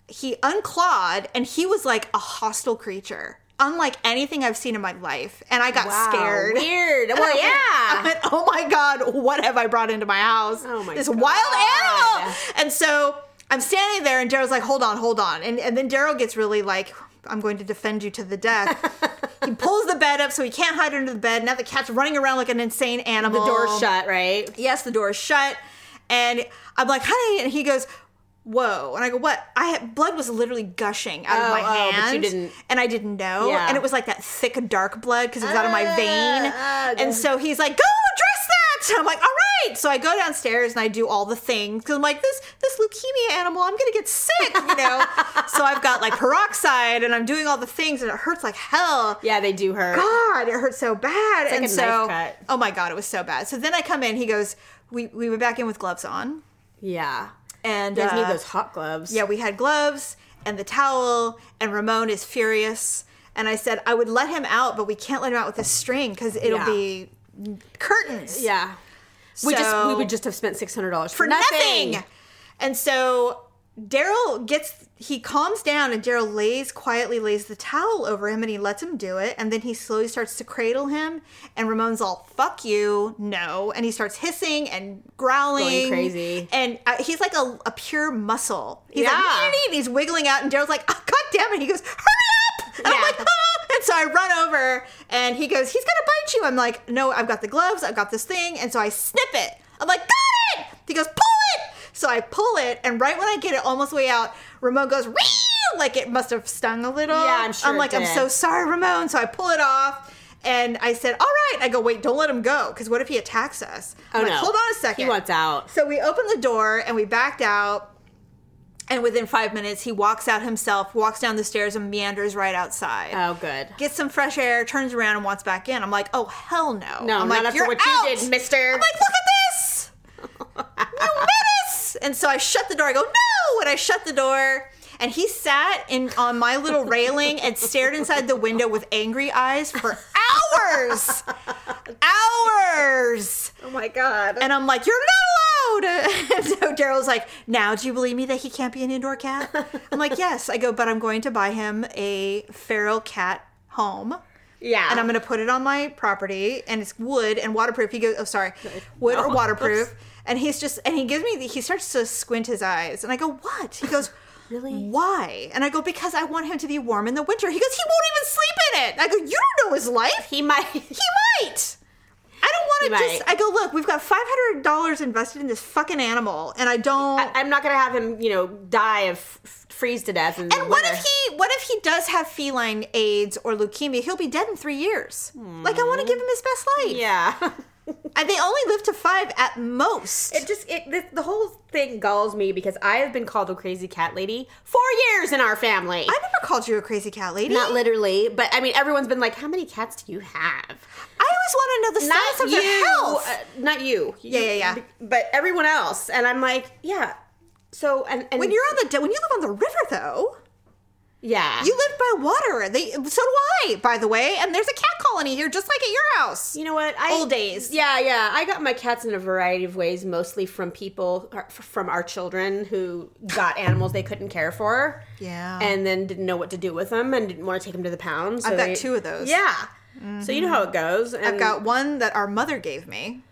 Speaker 4: He unclawed and he was like a hostile creature, unlike anything I've seen in my life. And I got
Speaker 2: Wow,
Speaker 4: scared. *laughs*
Speaker 2: Weird. Well,
Speaker 4: I
Speaker 2: yeah.
Speaker 4: went, oh my god, what have I brought into my house?
Speaker 2: Oh my
Speaker 4: this
Speaker 2: God.
Speaker 4: wild animal. And so I'm standing there, and Daryl's like, hold on, hold on, and and then Daryl gets really like, I'm going to defend you to
Speaker 2: *laughs*
Speaker 4: the death. he pulls the bed up so he can't hide under the bed. Now the cat's running around like an insane animal.
Speaker 2: The door shut, right?
Speaker 4: Yes, the door is shut, and I'm like, honey, and he goes. Whoa! And I go, what? I had, blood was literally gushing out of
Speaker 2: Oh,
Speaker 4: my
Speaker 2: oh, but you
Speaker 4: hand,
Speaker 2: didn't-
Speaker 4: and I didn't know.
Speaker 2: Yeah.
Speaker 4: And it was like that thick, dark blood because it was out of my vein.
Speaker 2: ah,
Speaker 4: and so he's like, "Go address that." *laughs* And I'm like, "All right." So I go downstairs and I do all the things because I'm like, "This this leukemia animal, I'm gonna get sick,"
Speaker 2: *laughs*
Speaker 4: you know. so I've got like peroxide and I'm doing all the things and it hurts like hell.
Speaker 2: Yeah, they do her.
Speaker 4: God, it hurt so bad.
Speaker 2: like
Speaker 4: and
Speaker 2: a knife
Speaker 4: so,
Speaker 2: cut.
Speaker 4: oh my God, it was so bad. So then I come in. He goes, "We we went back in with gloves on."
Speaker 2: Yeah.
Speaker 4: And
Speaker 2: You guys
Speaker 4: uh,
Speaker 2: need those hot gloves.
Speaker 4: yeah, we had gloves and the towel, and Ramon is furious. And I said, I would let him out, but we can't let him out with this string because it'll
Speaker 2: Yeah.
Speaker 4: be curtains.
Speaker 2: Yeah. we just
Speaker 4: So-
Speaker 2: we would just have spent six hundred dollars
Speaker 4: For nothing. And so Daryl gets, he calms down and Daryl lays, quietly lays the towel over him and he lets him do it. And then he slowly starts to cradle him. And Ramon's all, fuck you, no. And he starts hissing and growling.
Speaker 2: Going crazy.
Speaker 4: And uh, he's like a, a pure muscle. He's
Speaker 2: Yeah.
Speaker 4: like, "Nee, nee, nee," and he's wiggling out. And Daryl's like, oh, God damn it. He goes, hurry up. And I'm
Speaker 2: Yeah.
Speaker 4: like, ah. And so I run over and he goes, he's going to bite you. I'm like, no, I've got the gloves. I've got this thing. And so I snip it. I'm like, got it. He goes, pull it. So I pull it. And right when I get it almost way out, Ramon goes, "Wee!" like it must have stung a little.
Speaker 2: Yeah, I'm sure
Speaker 4: I'm
Speaker 2: it
Speaker 4: like, I'm
Speaker 2: did.
Speaker 4: so sorry, Ramon. So I pull it off. And I said, all right. I go, wait, don't let him go. Because what if he attacks us? I'm
Speaker 2: Oh
Speaker 4: like,
Speaker 2: no!
Speaker 4: Hold on a second.
Speaker 2: He wants out.
Speaker 4: So we opened the door and we backed out. And within five minutes, he walks out himself, walks down the stairs, and meanders right outside.
Speaker 2: Oh, good.
Speaker 4: Gets some fresh air, turns around, and walks back in. I'm like, oh, hell no.
Speaker 2: No, not
Speaker 4: I'm like,
Speaker 2: after
Speaker 4: "You're
Speaker 2: what
Speaker 4: out!"
Speaker 2: you did, Mister.
Speaker 4: I'm like, look at
Speaker 2: *laughs*
Speaker 4: this. You menace. And so I shut the door. I go, no. And I shut the door. And he sat in on my little railing and stared inside the window with angry eyes for hours.
Speaker 2: *laughs*
Speaker 4: hours.
Speaker 2: oh my god!
Speaker 4: And I'm like, you're not allowed. *laughs* And so Daryl's like, now do you believe me that he can't be an indoor cat? I'm like, yes. I go, but I'm going to buy him a feral cat home.
Speaker 2: yeah,
Speaker 4: And I'm going to put it on my property. And it's wood and waterproof. He goes, oh, sorry. Wood or waterproof. And he's just, and he gives me, the- he starts to squint his eyes. And I go, what? He goes,
Speaker 2: Really?
Speaker 4: Why? And I go, because I want him to be warm in the winter. He goes, he won't even sleep in it. I go, you don't know his life.
Speaker 2: He might.
Speaker 4: He might. I don't want to
Speaker 2: He
Speaker 4: just.
Speaker 2: might.
Speaker 4: I go look. We've got five hundred dollars invested in this fucking animal, and I don't.
Speaker 2: *laughs* I, am not gonna have him, you know, die of f- freeze to death. in the
Speaker 4: and what
Speaker 2: winter.
Speaker 4: if he? What if he does have feline AIDS or leukemia? He'll be dead in three years. Like I want to give him his best life.
Speaker 2: Hmm. Yeah.
Speaker 4: And they only live to five at
Speaker 2: *laughs*
Speaker 4: most.
Speaker 2: It just it the, the whole thing galls me because I have been called a crazy cat lady for years in our family.
Speaker 4: I never called you a crazy cat lady.
Speaker 2: not literally, but I mean everyone's been like, "How many cats do you have?"
Speaker 4: I always want to know the status of their health.
Speaker 2: uh, not you.
Speaker 4: Yeah, yeah, yeah.
Speaker 2: But everyone else, and I'm like, yeah. So and, and
Speaker 4: when you're on the de- when you live on the river though,
Speaker 2: yeah,
Speaker 4: you live by water. They so do I, by the way. And there's a cat colony here, just like at your house.
Speaker 2: You know what? I,
Speaker 4: Old days.
Speaker 2: Yeah, yeah. I got my cats in a variety of ways, mostly from people, or f- from our children who
Speaker 4: *laughs*
Speaker 2: got animals they couldn't care for.
Speaker 4: Yeah.
Speaker 2: And then didn't know what to do with them and didn't want to take them to the pound. so
Speaker 4: I've got
Speaker 2: they-
Speaker 4: two of those. Mm-hmm.
Speaker 2: Yeah. So you know how it goes. And
Speaker 4: I've got one that our mother gave me.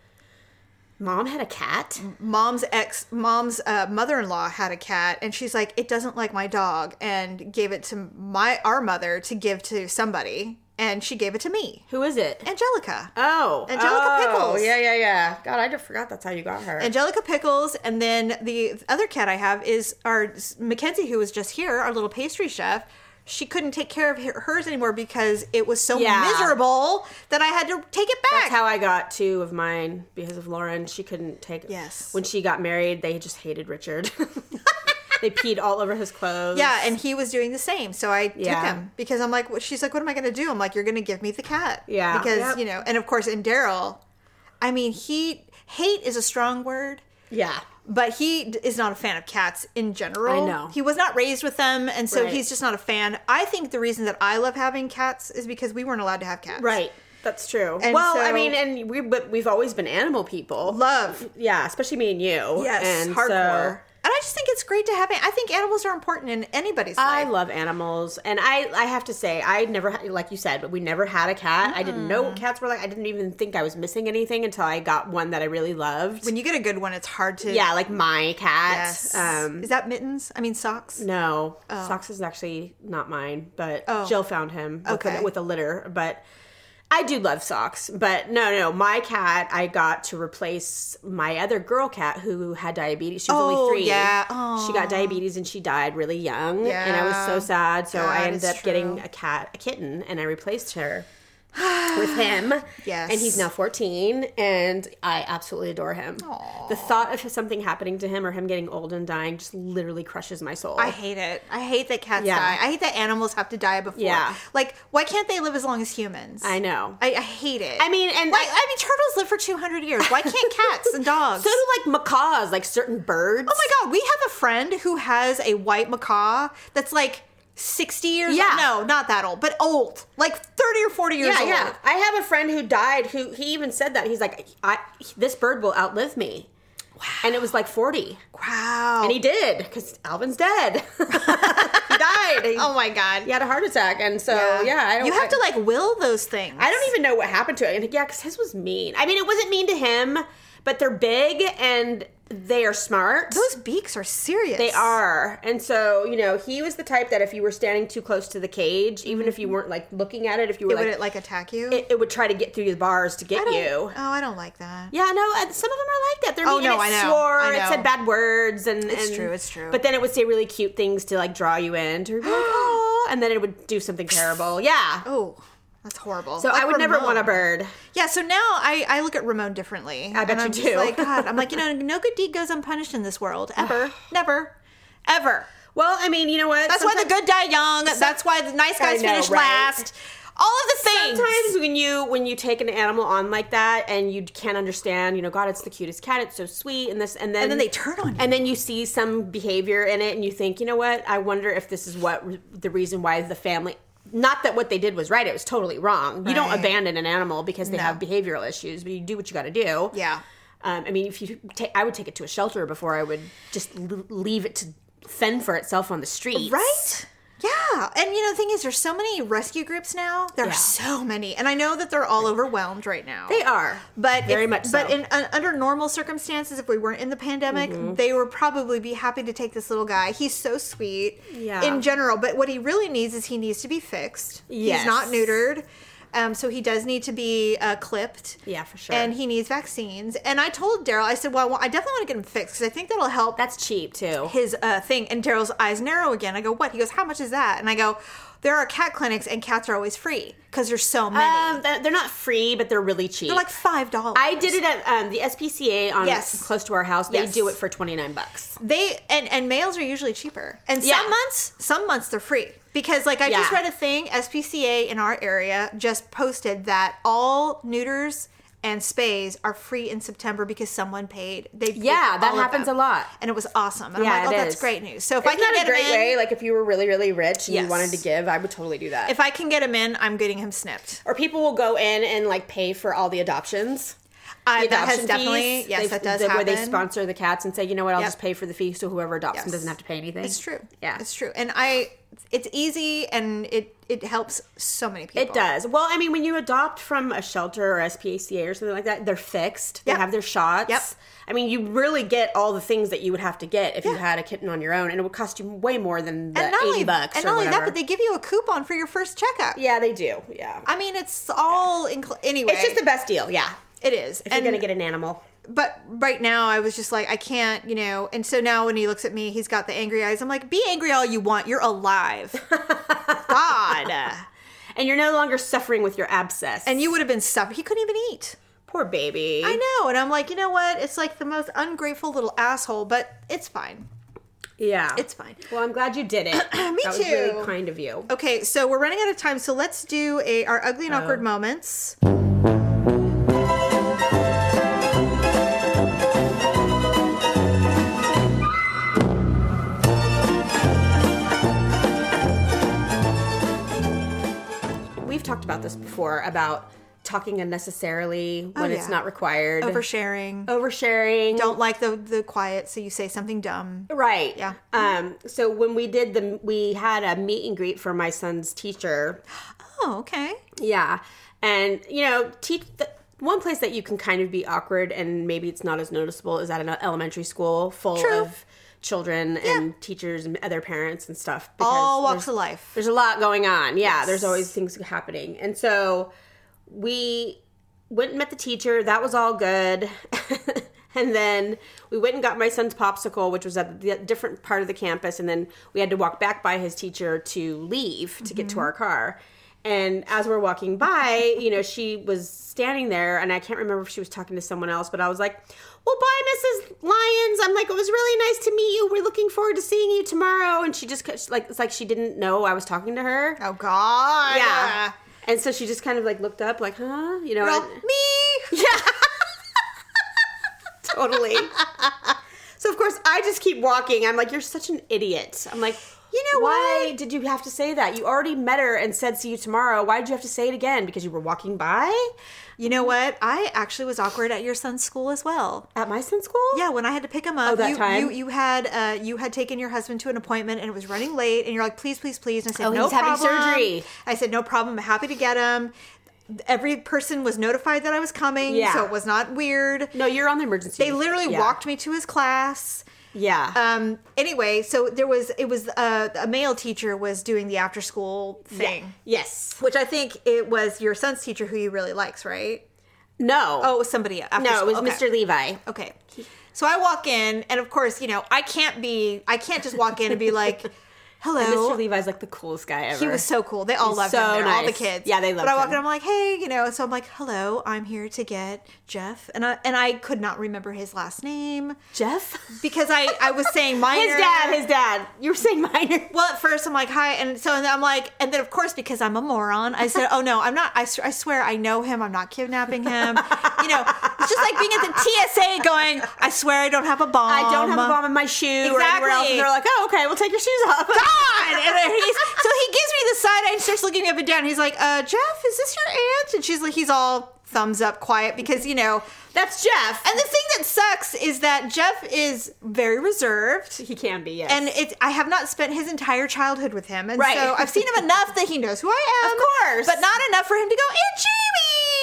Speaker 2: mom had a cat.
Speaker 4: Mm. Mom's ex, mom's uh, mother-in-law had a cat, and she's like, "It doesn't like my dog," and gave it to my our mother to give to somebody, and she gave it to me,
Speaker 2: Who is it?
Speaker 4: Angelica.
Speaker 2: Oh,
Speaker 4: Angelica
Speaker 2: oh,
Speaker 4: Pickles.
Speaker 2: Yeah, yeah, yeah. God, I just forgot that's how you got her.
Speaker 4: Angelica Pickles, and then the other cat I have is our Mackenzie, who was just here, our little pastry chef. She couldn't take care of her- hers anymore because it was so
Speaker 2: Yeah.
Speaker 4: miserable that I had to take it back.
Speaker 2: That's how I got two of mine because of Lauren. She couldn't take.
Speaker 4: Yes.
Speaker 2: When she got married, they just hated Richard. *laughs* They peed all over his clothes.
Speaker 4: Yeah, and he was doing the same. So I took
Speaker 2: Yeah.
Speaker 4: him because I'm like, what- she's like, what am I going to do? I'm like, you're going to give me the cat.
Speaker 2: Yeah.
Speaker 4: Because,
Speaker 2: Yep.
Speaker 4: you know, and of course, in Daryl, I mean, he, hate is a strong word,
Speaker 2: yeah.
Speaker 4: but he d- is not a fan of cats in general.
Speaker 2: I know.
Speaker 4: He was not raised with them, and so
Speaker 2: Right.
Speaker 4: he's just not a fan. I think the reason that I love having cats is because we weren't allowed to have cats.
Speaker 2: Right. That's true.
Speaker 4: And
Speaker 2: well, I
Speaker 4: so-
Speaker 2: mean, and we but we've always been animal people.
Speaker 4: Love.
Speaker 2: yeah, especially me and you.
Speaker 4: Yes.
Speaker 2: and so-
Speaker 4: hardcore. and I just think it's great to have. I think animals are important in anybody's
Speaker 2: I
Speaker 4: life.
Speaker 2: love animals, and I I have to say I never had, like you said, but we never had a cat. I didn't know what cats were like. I didn't even think I was missing anything until I got one that I really loved.
Speaker 4: when you get a good one, it's hard to.
Speaker 2: yeah, like my cat.
Speaker 4: Yes.
Speaker 2: Um,
Speaker 4: is that mittens? I mean socks.
Speaker 2: no, socks is actually not mine, but
Speaker 4: Oh.
Speaker 2: Jill found him with,
Speaker 4: Okay.
Speaker 2: a, with a litter, but. I do love socks, but no, no, my cat I got to replace my other girl cat who had diabetes. She was
Speaker 4: Oh,
Speaker 2: only three.
Speaker 4: yeah.
Speaker 2: She got diabetes and she died really young. And I was
Speaker 4: Yeah.
Speaker 2: so sad. So
Speaker 4: That
Speaker 2: I ended
Speaker 4: is
Speaker 2: up getting
Speaker 4: true.
Speaker 2: a cat, a kitten, and I replaced
Speaker 4: *sighs*
Speaker 2: her with him.
Speaker 4: Yes.
Speaker 2: And he's now 14, and I absolutely adore him. The thought of something happening to him or him getting old and dying just literally crushes my soul.
Speaker 4: I hate it. I hate that cats
Speaker 2: Yeah.
Speaker 4: die. I hate that animals have to die before.
Speaker 2: Yeah.
Speaker 4: Like, why can't they live as long as humans?
Speaker 2: I know.
Speaker 4: I, I hate it.
Speaker 2: I mean, and
Speaker 4: why,
Speaker 2: I-
Speaker 4: I, mean, turtles live for 200 years. Why can't
Speaker 2: *laughs*
Speaker 4: cats and dogs?
Speaker 2: so do like macaws, like certain birds.
Speaker 4: oh my god, we have a friend who has a white macaw that's like 60 years
Speaker 2: Yeah.
Speaker 4: old. No, not that old, but old. Like 30 or 40 years
Speaker 2: Yeah,
Speaker 4: old.
Speaker 2: yeah. I have a friend who died who he even said that. He's like, I, this bird will outlive me. Wow. And it was like 40.
Speaker 4: Wow.
Speaker 2: And he did because Alvin's dead. *laughs* he died. He,
Speaker 4: *laughs* oh my god.
Speaker 2: he had a heart attack, and so yeah, I don't.
Speaker 4: you have
Speaker 2: I,
Speaker 4: to like will those things.
Speaker 2: I don't even know what happened to it. And yeah, because his was mean. I mean, it wasn't mean to him, but they're big and they are smart.
Speaker 4: Those beaks are serious.
Speaker 2: they are, and so you know, he was the type that if you were standing too close to the cage, even if you weren't like looking at Mm-hmm. it, if you were
Speaker 4: Would
Speaker 2: like,
Speaker 4: it like attack you?
Speaker 2: it, it would try to get through the bars to
Speaker 4: I
Speaker 2: get
Speaker 4: don't-
Speaker 2: you.
Speaker 4: Oh, I don't like that.
Speaker 2: Yeah, no, and some of them are like that. They're
Speaker 4: Oh,
Speaker 2: mean.
Speaker 4: no,
Speaker 2: and it
Speaker 4: I know,
Speaker 2: Swore,
Speaker 4: I
Speaker 2: It
Speaker 4: know.
Speaker 2: said bad words, and
Speaker 4: It's
Speaker 2: and-
Speaker 4: true, it's true.
Speaker 2: But then it would say really cute things to like draw you in, to be like, *gasps* oh, and then it would do something terrible. Yeah.
Speaker 4: Oh, that's horrible.
Speaker 2: So I would never want a bird.
Speaker 4: Yeah, so now I, I look at Ramon differently.
Speaker 2: I bet
Speaker 4: And
Speaker 2: you
Speaker 4: I'm just
Speaker 2: do.
Speaker 4: Like God, I'm
Speaker 2: *laughs*
Speaker 4: like you know, no good deed goes unpunished in
Speaker 2: *sighs*
Speaker 4: this world ever, never, ever.
Speaker 2: Well, I mean, you know what?
Speaker 4: That's why the good die young. That's why the nice guys
Speaker 2: I know,
Speaker 4: finish
Speaker 2: right?
Speaker 4: last. All of the things.
Speaker 2: Sometimes when you when you take an animal on like that and you can't understand, you know, God, it's the cutest cat, it's so sweet, and this, and then
Speaker 4: And then they turn on you.
Speaker 2: and then you see some behavior in it, and you think, you know what? I wonder if this is what re- the reason why the family. Not that what they did was right; it was totally wrong. You don't
Speaker 4: Right.
Speaker 2: abandon an animal because they have behavioral issues, but you do what you got to do.
Speaker 4: Yeah.
Speaker 2: Um, I mean, if you take, I would take it to a shelter before I would just l- leave it to fend for itself on the streets.
Speaker 4: Right? Yeah. And you know, the thing is, there's so many rescue groups now. There are so many. And I know that they're all overwhelmed right now.
Speaker 2: They are,
Speaker 4: But
Speaker 2: Very
Speaker 4: if-
Speaker 2: much
Speaker 4: But
Speaker 2: so. Mm-hmm.
Speaker 4: in uh, under normal circumstances, if we weren't in the pandemic, they would probably be happy to take this little guy. He's so sweet.
Speaker 2: Yeah.
Speaker 4: In general, but what he really needs is he needs to be fixed.
Speaker 2: Yes.
Speaker 4: He's not neutered. Um, so he does need to be uh, clipped.
Speaker 2: Yeah, for sure.
Speaker 4: And he needs vaccines. And I told Daryl, I said, well, I wa- I definitely want to get him fixed because I think that'll help
Speaker 2: That's cheap too.
Speaker 4: his uh, thing. And Daryl's eyes narrow again. I go, what? He goes, how much is that? And I go, there are cat clinics and cats are always free because there's so many.
Speaker 2: Um, th- they're not free, but they're really cheap.
Speaker 4: they're like five dollars.
Speaker 2: I did it at um, the SPCA on
Speaker 4: Yes.
Speaker 2: close to our house. They
Speaker 4: Yes.
Speaker 2: do it for twenty nine bucks.
Speaker 4: They and and males are usually cheaper. And
Speaker 2: Yeah.
Speaker 4: some months, some months they're free because like I just
Speaker 2: Yeah.
Speaker 4: read a thing. SPCA in our area just posted that all neuters and spays are free in September because someone paid. They paid
Speaker 2: Yeah,
Speaker 4: for
Speaker 2: that
Speaker 4: all of
Speaker 2: happens
Speaker 4: them.
Speaker 2: a lot.
Speaker 4: and it was awesome. And
Speaker 2: Yeah,
Speaker 4: I'm like,
Speaker 2: it
Speaker 4: oh, that's
Speaker 2: is.
Speaker 4: great news. So if I
Speaker 2: Isn't
Speaker 4: can
Speaker 2: that
Speaker 4: get
Speaker 2: a great
Speaker 4: him in,
Speaker 2: way? Like if you were really, really rich and
Speaker 4: Yes.
Speaker 2: you wanted to give, I would totally do that.
Speaker 4: if I can get him in, I'm getting him snipped.
Speaker 2: or people will go in and like pay for all the adoptions. The
Speaker 4: I, Uh, that has
Speaker 2: adoption
Speaker 4: definitely
Speaker 2: fees.
Speaker 4: yes,
Speaker 2: They-
Speaker 4: that does
Speaker 2: the-
Speaker 4: happen.
Speaker 2: Where they sponsor the cats and say, you know what, I'll
Speaker 4: Yep.
Speaker 2: just pay for the fee, so whoever adopts them
Speaker 4: Yes.
Speaker 2: doesn't have to pay anything.
Speaker 4: It's true.
Speaker 2: Yeah,
Speaker 4: it's true. And I, it's easy and it it helps so many people.
Speaker 2: It does. Well, I mean, when you adopt from a shelter or SPCA or something like that, they're fixed. They
Speaker 4: Yep.
Speaker 2: have their shots.
Speaker 4: Yep.
Speaker 2: I mean, you really get all the things that you would have to get if you
Speaker 4: Yeah.
Speaker 2: had a kitten on your own, and it would cost you way more than the
Speaker 4: and not
Speaker 2: eighty
Speaker 4: only,
Speaker 2: bucks.
Speaker 4: and
Speaker 2: or
Speaker 4: not only that,
Speaker 2: whatever.
Speaker 4: but they give you a coupon for your first checkup.
Speaker 2: yeah, they do. Yeah,
Speaker 4: I mean, it's all incl- anyway.
Speaker 2: it's just the best deal. Yeah,
Speaker 4: it is.
Speaker 2: if you're gonna get an animal.
Speaker 4: but right now, I was just like, I can't, you know. And so now, when he looks at me, he's got the angry eyes. I'm like, be angry all you want.
Speaker 2: *laughs*
Speaker 4: You're alive. God.
Speaker 2: And you're no longer suffering with your abscess.
Speaker 4: And you would have been stuffed. He couldn't even eat.
Speaker 2: poor baby.
Speaker 4: I know. And I'm like, you know what? It's like the most ungrateful little asshole, but it's fine.
Speaker 2: Yeah.
Speaker 4: It's fine.
Speaker 2: Well, I'm glad you did
Speaker 4: *clears throat*
Speaker 2: it. Me that was
Speaker 4: too.
Speaker 2: really kind of you.
Speaker 4: Okay, so we're running out of time, so let's do a our ugly and awkward moments.
Speaker 2: We've talked about this before about talking unnecessarily when
Speaker 4: Oh,
Speaker 2: it's
Speaker 4: yeah.
Speaker 2: not required.
Speaker 4: Oversharing.
Speaker 2: Oversharing.
Speaker 4: Don't like the the quiet, so you say something dumb.
Speaker 2: Right.
Speaker 4: Yeah.
Speaker 2: Um, so when we did the, we had a meet and greet for my son's teacher.
Speaker 4: Oh, okay.
Speaker 2: Yeah. And, you know, teach the, one place that you can kind of be awkward and maybe it's not as noticeable is at an elementary school full
Speaker 4: True.
Speaker 2: of children and teachers and other parents and stuff.
Speaker 4: All
Speaker 2: because
Speaker 4: walks of
Speaker 2: there's-
Speaker 4: life.
Speaker 2: There's a lot going on. Yeah, there's always things happening. And so we went and met the teacher. That was all good. *laughs* and then we went and got my son's popsicle, which was at a different part of the campus. And then we had to walk back by his teacher to leave to
Speaker 4: Mm-hmm.
Speaker 2: get to our car. And as we're walking by, you know, she was standing there, and I can't remember if she was talking to someone else, but I was like, Well, bye, Mrs. Lyons. I'm like, It was really nice to meet you. We're looking forward to seeing you tomorrow. And she just, like, it's like she didn't know I was talking to her.
Speaker 4: Oh God.
Speaker 2: Yeah. And so she just kind of like looked up, like, huh? You know,
Speaker 4: Girl,
Speaker 2: and-
Speaker 4: me.
Speaker 2: totally. so of course I just keep walking. I'm like, you're such an idiot. I'm like, you know why did you have to say that? You already met her and said see you tomorrow. Why did you have to say it again? Because you were walking by
Speaker 4: You know what? I actually was awkward at your son's school as well.
Speaker 2: at my son's school?
Speaker 4: Yeah, when I had to pick him up,
Speaker 2: Oh, that
Speaker 4: you,
Speaker 2: time?
Speaker 4: you you had uh, you had taken your husband to an appointment and it was running late, and you're like, please, please, please. And I said,
Speaker 2: Oh,
Speaker 4: no
Speaker 2: he's having
Speaker 4: problem.
Speaker 2: surgery.
Speaker 4: I said, no problem. I'm happy to get him. Every person was notified that I was coming,
Speaker 2: Yeah.
Speaker 4: so it was not weird.
Speaker 2: No, you're on the emergency.
Speaker 4: They literally
Speaker 2: Yeah.
Speaker 4: walked me to his class.
Speaker 2: Yeah.
Speaker 4: Um. Anyway, so there was it was uh, a male teacher was doing the after school
Speaker 2: uh,
Speaker 4: thing,
Speaker 2: yes.
Speaker 4: which I think it was your son's teacher who you really likes, right?
Speaker 2: No.
Speaker 4: Oh, it was somebody after
Speaker 2: no, it
Speaker 4: school.
Speaker 2: was
Speaker 4: Okay.
Speaker 2: Mr. Levi.
Speaker 4: Okay. So I walk in, and of course, you know, I can't be, I can't just walk in and
Speaker 2: *laughs*
Speaker 4: be like, hello.
Speaker 2: Mr. Levi's like the coolest guy ever.
Speaker 4: He was so cool. They all loved
Speaker 2: so
Speaker 4: him. There, All the
Speaker 2: nice.
Speaker 4: kids.
Speaker 2: Yeah, they
Speaker 4: But I
Speaker 2: loved
Speaker 4: walk in,
Speaker 2: him.
Speaker 4: I'm like, hey, you know. So I'm like, hello, I'm here to get Jeff, and I and I could not remember his last name
Speaker 2: Jeff?
Speaker 4: because I I was saying minor.
Speaker 2: *laughs* His dad, his dad. You were saying minor.
Speaker 4: Well, at first I'm like, hi, and so and then I'm like, and then of course because I'm a moron, I said, oh no, I'm not. I, s- I swear, I know him. I'm not kidnapping him. you know, it's just like being at the TSA, going, I swear, I don't have a bomb.
Speaker 2: I don't have a bomb in my shoe or anywhere else.
Speaker 4: Exactly.
Speaker 2: And they're like, oh, okay, we'll take your shoes off.
Speaker 4: *laughs* God! And then he's, so he gives me the side eye and starts looking me up and down. He's like, uh, Jeff, is this your aunt? And she's like, he's all thumbs up, quiet because you know.
Speaker 2: *laughs* That's Jeff.
Speaker 4: And the thing that sucks is that Jeff is very reserved.
Speaker 2: he can be, yes.
Speaker 4: and it's I have not spent his entire childhood with him, and
Speaker 2: Right.
Speaker 4: so I've seen him enough that he knows who I am,
Speaker 2: Of course.
Speaker 4: but not enough for him to go, "It's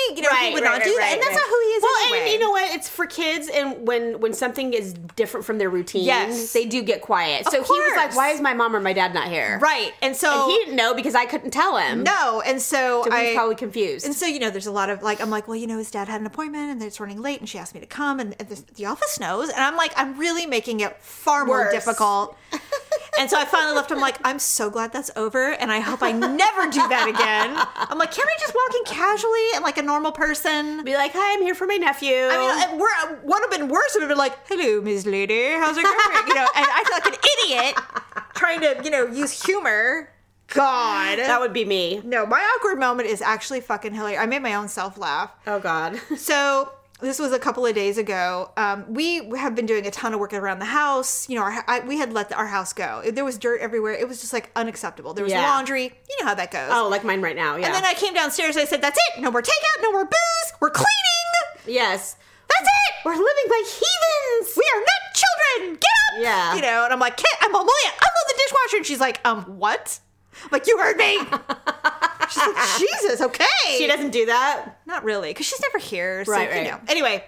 Speaker 4: Jamie," you know, he
Speaker 2: Right,
Speaker 4: would
Speaker 2: right,
Speaker 4: not
Speaker 2: right,
Speaker 4: do that,
Speaker 2: right,
Speaker 4: and that's
Speaker 2: right.
Speaker 4: not who he is.
Speaker 2: Well,
Speaker 4: anyway.
Speaker 2: and you know what? It's for kids, and when when something is different from their routine,
Speaker 4: Yes.
Speaker 2: they do get quiet. so he was like,
Speaker 4: course.
Speaker 2: "Why is my mom or my dad not here?"
Speaker 4: right? And so
Speaker 2: And he didn't know because I couldn't tell him.
Speaker 4: no, and so,
Speaker 2: so he was
Speaker 4: I
Speaker 2: probably confused.
Speaker 4: And so, you know, there's a lot of like, I'm like, well, you know, his dad had an appointment and it's running late and she asked me to come and, and the, the office knows. And I'm like, I'm really making it far more
Speaker 2: Worse. *laughs*
Speaker 4: difficult. and so I finally left. I'm like, I'm so glad that's over and I hope I never do that again. I'm like, can I just walk in casually and like a normal person?
Speaker 2: be like, "Hi, I'm here for my nephew."
Speaker 4: I mean, it were, would have been worse would have been like, hello, Miss Lady, how's it going? You know, and I feel like an idiot trying to, you know, use humor. God.
Speaker 2: that would be me.
Speaker 4: no, my awkward moment is actually fucking hilarious. I made my own self laugh.
Speaker 2: Oh
Speaker 4: *laughs*
Speaker 2: God.
Speaker 4: So this was a couple of days ago. Um, we have been doing a ton of work around the house. You know, our, I, we had let our house go. There was dirt everywhere. It was just like unacceptable. There was
Speaker 2: Yeah.
Speaker 4: laundry. You know how that goes.
Speaker 2: oh, like mine right now. Yeah.
Speaker 4: And then I came downstairs. I said, "That's it. No more takeout. No more booze. We're cleaning.
Speaker 2: yes.
Speaker 4: That's it.
Speaker 2: We're living like heathens.
Speaker 4: We are not children. Get up.
Speaker 2: Yeah.
Speaker 4: You know." And I'm like, "Kit, I'm Amelia. I'm the dishwasher." And she's like, "Um, what?" I'm like, "You
Speaker 2: *laughs*
Speaker 4: heard me." she's like, "Jesus. Okay."
Speaker 2: she doesn't do that.
Speaker 4: not really because she's never here so
Speaker 2: Right,
Speaker 4: you
Speaker 2: right.
Speaker 4: know anyway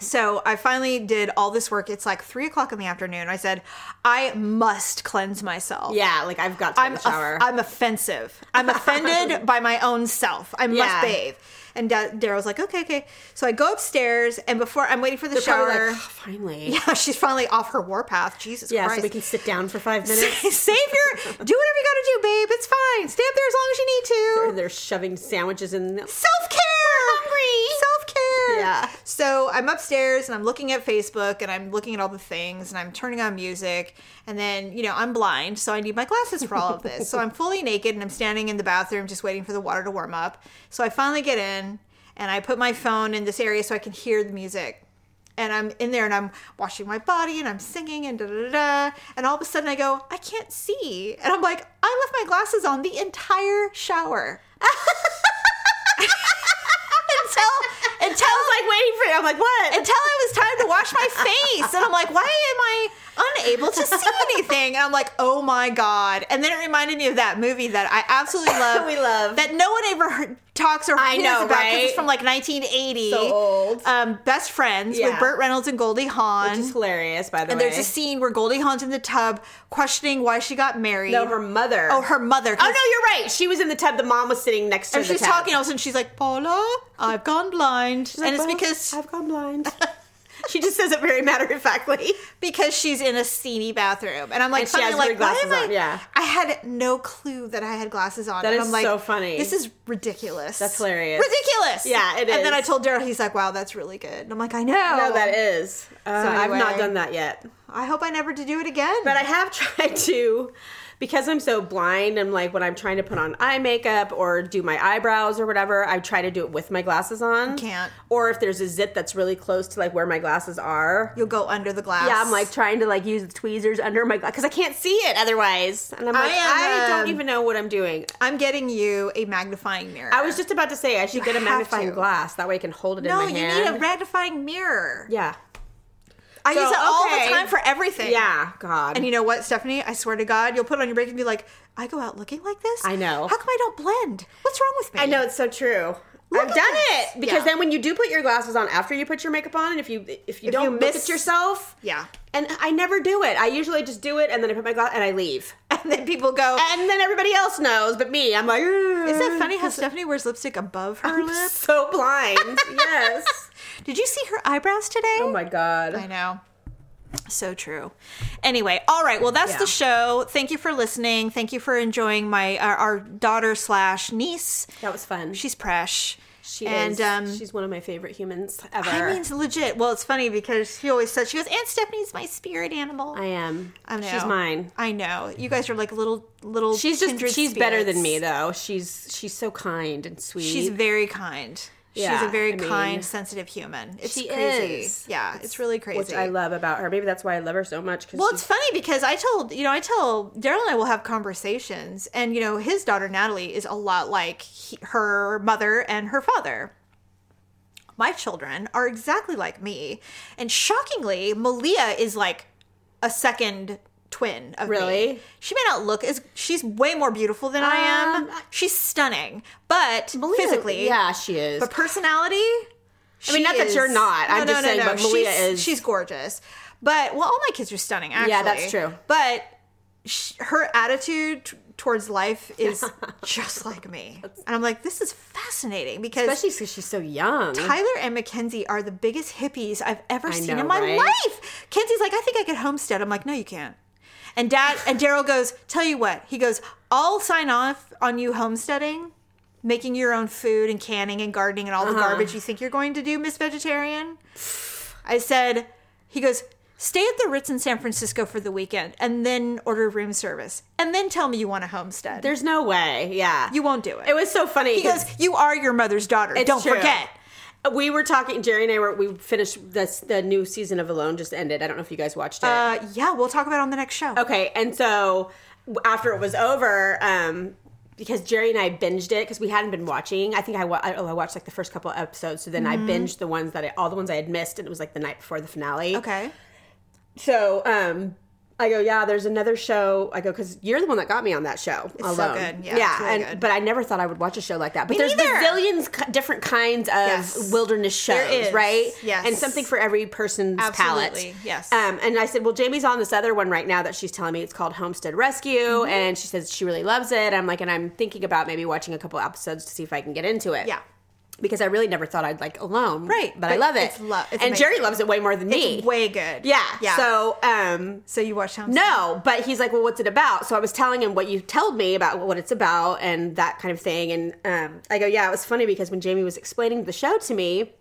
Speaker 4: so i finally did all this work it's like three o'clock in the afternoon i said i must cleanse myself
Speaker 2: Yeah, like I've got to
Speaker 4: i'm
Speaker 2: take a
Speaker 4: off-
Speaker 2: shower.
Speaker 4: i'm offensive
Speaker 2: *laughs*
Speaker 4: i'm offended by my own self i must
Speaker 2: Yeah.
Speaker 4: bathe and Da- daryl's like okay okay so i go upstairs and before i'm waiting for the
Speaker 2: Probably like,
Speaker 4: shower *laughs*
Speaker 2: "Oh, finally.
Speaker 4: she's finally off her warpath jesus
Speaker 2: yeah
Speaker 4: christ
Speaker 2: so we can sit down for five minutes.
Speaker 4: *laughs* save your do whatever you gotta do babe it's fine stay up there as long as you need to
Speaker 2: and they're shoving sandwiches in.
Speaker 4: Self care. Hungry. Self care.
Speaker 2: here.
Speaker 4: Yeah. So I'm upstairs and I'm looking at Facebook and I'm looking at all the things and I'm turning on music. And then, you know, I'm blind, so I need my glasses for all of this. so I'm fully naked and I'm standing in the bathroom just waiting for the water to warm up. So I finally get in and I put my phone in this area so I can hear the music. And I'm in there and I'm washing my body and I'm singing and da da da. da. And all of a sudden I go, I can't see. And I'm like, I left my glasses on the entire shower. until until
Speaker 2: I was like waiting for it. I'm like, what?
Speaker 4: until it was time to wash my face. And I'm like, why am I unable to see anything? And I'm like, oh my God. And then it reminded me of that movie that I absolutely
Speaker 2: *laughs*
Speaker 4: love.
Speaker 2: We love.
Speaker 4: That no one ever heard- talks or hears
Speaker 2: know,
Speaker 4: about 'cause
Speaker 2: right?
Speaker 4: it's from like 1980.
Speaker 2: So old.
Speaker 4: Um, Best Friends
Speaker 2: Yeah.
Speaker 4: with Burt Reynolds and Goldie Hawn.
Speaker 2: Which is hilarious, by the
Speaker 4: and
Speaker 2: way.
Speaker 4: there's a scene where Goldie Hawn's in the tub questioning why she got married.
Speaker 2: no, her mother.
Speaker 4: oh, her mother.
Speaker 2: Oh no, you're right. She was in the tub. The mom was sitting next to
Speaker 4: And
Speaker 2: the
Speaker 4: she's
Speaker 2: tub.
Speaker 4: talking, all of a sudden she's like, Paula, I've gone blind.
Speaker 2: She's like,
Speaker 4: and it's
Speaker 2: "Mom,
Speaker 4: because
Speaker 2: I've gone *laughs* blind. she just says it very matter of factly. *laughs*
Speaker 4: because she's in a steamy bathroom, and I'm like,
Speaker 2: And she
Speaker 4: suddenly
Speaker 2: has
Speaker 4: like,
Speaker 2: weird
Speaker 4: why
Speaker 2: glasses
Speaker 4: am I?
Speaker 2: on, yeah.
Speaker 4: I had no clue that I had glasses on.
Speaker 2: That
Speaker 4: and
Speaker 2: is
Speaker 4: I'm like,
Speaker 2: so funny.
Speaker 4: This is ridiculous.
Speaker 2: That's hilarious.
Speaker 4: Ridiculous.
Speaker 2: Yeah, it
Speaker 4: and
Speaker 2: is.
Speaker 4: then I told Daryl, he's like, wow, that's really good. And I'm like, I know.
Speaker 2: No, that is. Uh,
Speaker 4: So
Speaker 2: I've not
Speaker 4: anyway.
Speaker 2: done that yet.
Speaker 4: I hope I never to do it again.
Speaker 2: But I have *laughs* tried to, because I'm so blind and like when I'm trying to put on eye makeup or do my eyebrows or whatever, I try to do it with my glasses on.
Speaker 4: can't.
Speaker 2: Or if there's a zip that's really close to like where my glasses are.
Speaker 4: You'll go under the glass.
Speaker 2: Yeah, I'm like trying to like use the tweezers under my glass because I can't see it otherwise. And I'm
Speaker 4: I
Speaker 2: like, I,
Speaker 4: am,
Speaker 2: don't
Speaker 4: um,
Speaker 2: even know what I'm doing.
Speaker 4: I'm getting you a magnifying mirror.
Speaker 2: I was just about to say I should get a
Speaker 4: have
Speaker 2: magnifying
Speaker 4: to.
Speaker 2: glass. That way I can hold it
Speaker 4: no,
Speaker 2: in my
Speaker 4: you
Speaker 2: hand.
Speaker 4: need a magnifying mirror.
Speaker 2: yeah.
Speaker 4: I
Speaker 2: So,
Speaker 4: use it all
Speaker 2: okay.
Speaker 4: the time for everything.
Speaker 2: Yeah. God.
Speaker 4: And you know what, Stephanie? I swear to God, you'll put on your break and be like, I go out looking like this?
Speaker 2: I know.
Speaker 4: How come I don't blend? What's wrong with me?
Speaker 2: I know it's so true.
Speaker 4: Look
Speaker 2: I've
Speaker 4: at
Speaker 2: done
Speaker 4: this.
Speaker 2: it because
Speaker 4: Yeah.
Speaker 2: then when you do put your glasses on after you put your makeup on, and if you if you don't
Speaker 4: you
Speaker 2: look
Speaker 4: miss-
Speaker 2: at yourself,
Speaker 4: Yeah.
Speaker 2: And I never do it. I usually just do it, and then I put my glass and I leave,
Speaker 4: *laughs* And then people go,
Speaker 2: and then everybody else knows, but me. I'm like,
Speaker 4: Isn't it funny how Stephanie wears lipstick above her lip?
Speaker 2: so
Speaker 4: *laughs*
Speaker 2: blind. yes.
Speaker 4: Did you see her eyebrows today?
Speaker 2: Oh my god.
Speaker 4: I know. So true. Anyway, all right. Well, that's the
Speaker 2: Yeah.
Speaker 4: show. Thank you for listening. Thank you for enjoying my our, our daughter slash niece.
Speaker 2: That was fun. She,
Speaker 4: She's Presh.
Speaker 2: she
Speaker 4: and
Speaker 2: is.
Speaker 4: um,
Speaker 2: she's one of my favorite humans ever.
Speaker 4: I mean, legit. Well, it's funny because she always says she goes, "Aunt Stephanie's my spirit animal."
Speaker 2: I am.
Speaker 4: I know.
Speaker 2: She's mine.
Speaker 4: I know. You guys are like little little.
Speaker 2: She's just.
Speaker 4: kindred
Speaker 2: She's better than me,
Speaker 4: spirits.
Speaker 2: though. She's she's so kind and sweet.
Speaker 4: She's very kind. she's
Speaker 2: Yeah,
Speaker 4: a very
Speaker 2: I mean-
Speaker 4: kind, sensitive human. It's
Speaker 2: She
Speaker 4: crazy.
Speaker 2: is.
Speaker 4: Yeah, it's, really crazy.
Speaker 2: which I love about her. Maybe that's why I love her so much. Cause
Speaker 4: Well,
Speaker 2: she's-
Speaker 4: it's funny because I told you know I tell Daryl and I will have conversations, and you know his daughter Natalie is a lot like he, her mother and her father. My children are exactly like me, and shockingly, Malia is like a second twin of me.
Speaker 2: Really?
Speaker 4: She may not look as she's way more beautiful than I am.
Speaker 2: Um, I-
Speaker 4: She's stunning, but
Speaker 2: Malia-
Speaker 4: physically,
Speaker 2: yeah, she is.
Speaker 4: But personality,
Speaker 2: I mean, not that you're not. I'm just saying, but Malia
Speaker 4: she's,
Speaker 2: is-
Speaker 4: She's gorgeous. But well, all my kids are stunning. Actually,
Speaker 2: Yeah, that's true.
Speaker 4: But sh her attitude t- towards life
Speaker 2: *laughs*
Speaker 4: is just like me, and I'm like, this is fascinating because
Speaker 2: especially because she's so young.
Speaker 4: Tyler and Mackenzie are the biggest hippies I've ever seen
Speaker 2: Mm. know,
Speaker 4: in my
Speaker 2: right?
Speaker 4: life. Kenzie's like, I think I could homestead. I'm like, no, you can't. And dad and Daryl goes, tell you what, he goes, I'll sign off on you homesteading, making your own food and canning and gardening and all
Speaker 2: Uh-huh.
Speaker 4: the garbage you think you're going to do, Miss Vegetarian. I said, he goes, stay at the Ritz in San Francisco for the weekend and then order room service and then tell me you want a homestead.
Speaker 2: There's no way. Yeah,
Speaker 4: you won't do it.
Speaker 2: It was so funny.
Speaker 4: he goes, you are your mother's daughter.
Speaker 2: It's
Speaker 4: Don't
Speaker 2: true.
Speaker 4: forget.
Speaker 2: we were talking. Jerry and I were. We finished this. The new season of Alone just ended. I don't know if you guys watched it.
Speaker 4: Uh, yeah, we'll talk about it on the next show.
Speaker 2: okay, and so w- after it was over, um, because Jerry and I binged it because we hadn't been watching. I think I, wa- I- oh, I watched like the first couple episodes. So then I binged the ones that I, all the ones I had missed, and it was like the night before the finale.
Speaker 4: Okay.
Speaker 2: So, um, I go, yeah, there's another show. I go, because you're the one that got me on that show. It's
Speaker 4: so good. Yeah, it's really
Speaker 2: and,
Speaker 4: good.
Speaker 2: But I never thought I would watch a show like that. But there's
Speaker 4: neither.
Speaker 2: bazillions ki- different kinds of
Speaker 4: Yes.
Speaker 2: wilderness shows,
Speaker 4: There is.
Speaker 2: right?
Speaker 4: Yes.
Speaker 2: And something for every person's
Speaker 4: Absolutely.
Speaker 2: palate.
Speaker 4: Yes.
Speaker 2: Um, and I said, well, Jamie's on this other one right now that she's telling me it's called Homestead Rescue.
Speaker 4: Mm-hmm.
Speaker 2: And she says she really loves it. I'm like, and I'm thinking about maybe watching a couple episodes to see if I can get into it.
Speaker 4: Yeah.
Speaker 2: Because I really never thought I'd like alone.
Speaker 4: Right.
Speaker 2: But, I
Speaker 4: But
Speaker 2: love it.
Speaker 4: it's lo- it's
Speaker 2: and Jerry
Speaker 4: amazing.
Speaker 2: loves it way more than me.
Speaker 4: Way good.
Speaker 2: Yeah.
Speaker 4: Yeah.
Speaker 2: So, um,
Speaker 4: so you watched Homes?
Speaker 2: no, but he's like, well, what's it about? So I was telling him what you told me about what it's about and that kind of thing. And um, I go, yeah, it was funny because when Jamie was explaining the show to me,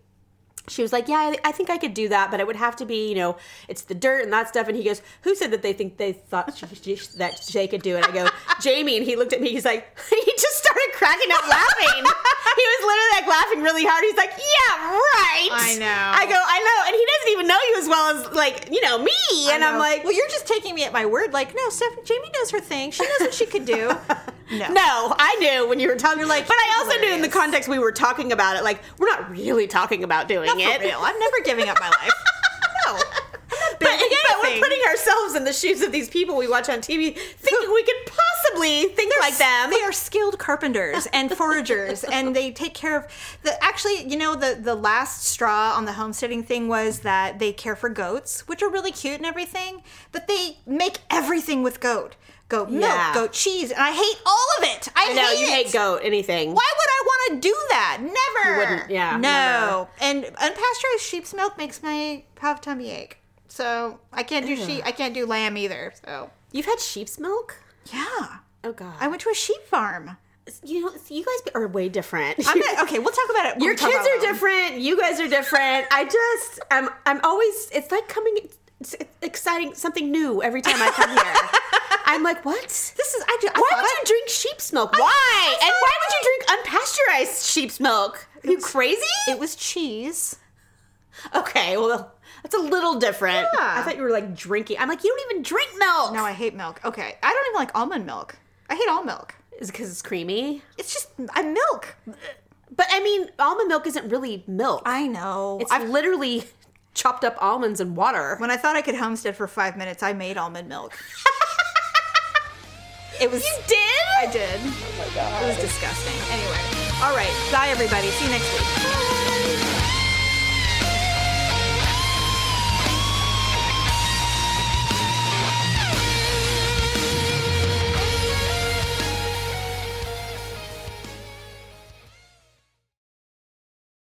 Speaker 2: she was like, "Yeah, I, I think I could do that, but it would have to be, you know, it's the dirt and that stuff." And he goes, "Who said that they think they thought she, she, that Shay could do it?" I go, "Jamie," and he looked at me. He's like, *laughs* he just started cracking up laughing. he was literally like laughing really hard. He's like, "Yeah, right."
Speaker 1: I know.
Speaker 2: I go, "I know," and he doesn't even know you as well as like you know me. And I'm
Speaker 4: know.
Speaker 2: like,
Speaker 4: well, you're just taking me at my word. Like, no, Steph, Jamie knows her thing. She knows what she
Speaker 2: *laughs*
Speaker 4: could do. No.
Speaker 2: No, I knew when you were talking. You're like, but I also knew in the
Speaker 4: hilarious.
Speaker 2: context we were talking about it. Like, we're not really talking about doing
Speaker 4: For
Speaker 2: it.
Speaker 4: real. I'm never giving up my life.
Speaker 2: *laughs*
Speaker 4: No.
Speaker 2: But,
Speaker 4: big
Speaker 2: yeah, we're
Speaker 4: thing.
Speaker 2: putting ourselves in the shoes of these people we watch on TV, thinking we could possibly think like them.
Speaker 4: They are skilled carpenters and foragers, and they take care of the. Actually, you know, the the last straw on the homesteading thing was that they care for goats, which are really cute and everything, but they make everything with goat, goat milk,
Speaker 2: Yeah.
Speaker 4: goat cheese, and I hate all of it. I,
Speaker 2: no,
Speaker 4: hate
Speaker 2: you
Speaker 4: it.
Speaker 2: hate goat. Anything?
Speaker 4: Why would I want to do that? Never.
Speaker 2: You wouldn't, yeah,
Speaker 4: No. And unpasteurized sheep's milk makes my half tummy ache. So I can't do sheep. I can't do lamb either. So
Speaker 2: You've had sheep's milk?
Speaker 4: yeah,
Speaker 2: Oh God!
Speaker 4: I went to a sheep farm.
Speaker 2: you know, you guys are way different. *laughs*
Speaker 4: I'm not, okay, we'll talk about it. when
Speaker 2: Your
Speaker 4: we talk
Speaker 2: kids
Speaker 4: about
Speaker 2: are
Speaker 4: them.
Speaker 2: different. You guys are different. I just, I'm, I'm always. It's like coming. It's exciting, something new every time I come *laughs* here. I'm like, what?
Speaker 4: This is I. ju- I
Speaker 2: Why
Speaker 4: thought
Speaker 2: would
Speaker 4: I-
Speaker 2: you drink sheep's milk? Why? And why would you drink unpasteurized sheep's milk? Are you crazy?
Speaker 4: It was cheese.
Speaker 2: Okay, well, that's a little different.
Speaker 4: Yeah.
Speaker 2: I thought you were like drinking. I'm like, you don't even drink milk.
Speaker 4: No, I hate milk. Okay, I don't even like almond milk. I hate all milk.
Speaker 2: Is because it's creamy?
Speaker 4: It's just I milk.
Speaker 2: But I mean, almond milk isn't really milk.
Speaker 4: I know.
Speaker 2: it's
Speaker 4: I,
Speaker 2: literally chopped up almonds and water.
Speaker 4: when I thought I could homestead for five minutes, I made almond
Speaker 2: *laughs*
Speaker 4: milk. it was.
Speaker 2: You did?
Speaker 4: I did. Oh my god. It was disgusting. Anyway. All right. Bye, everybody. See you next week.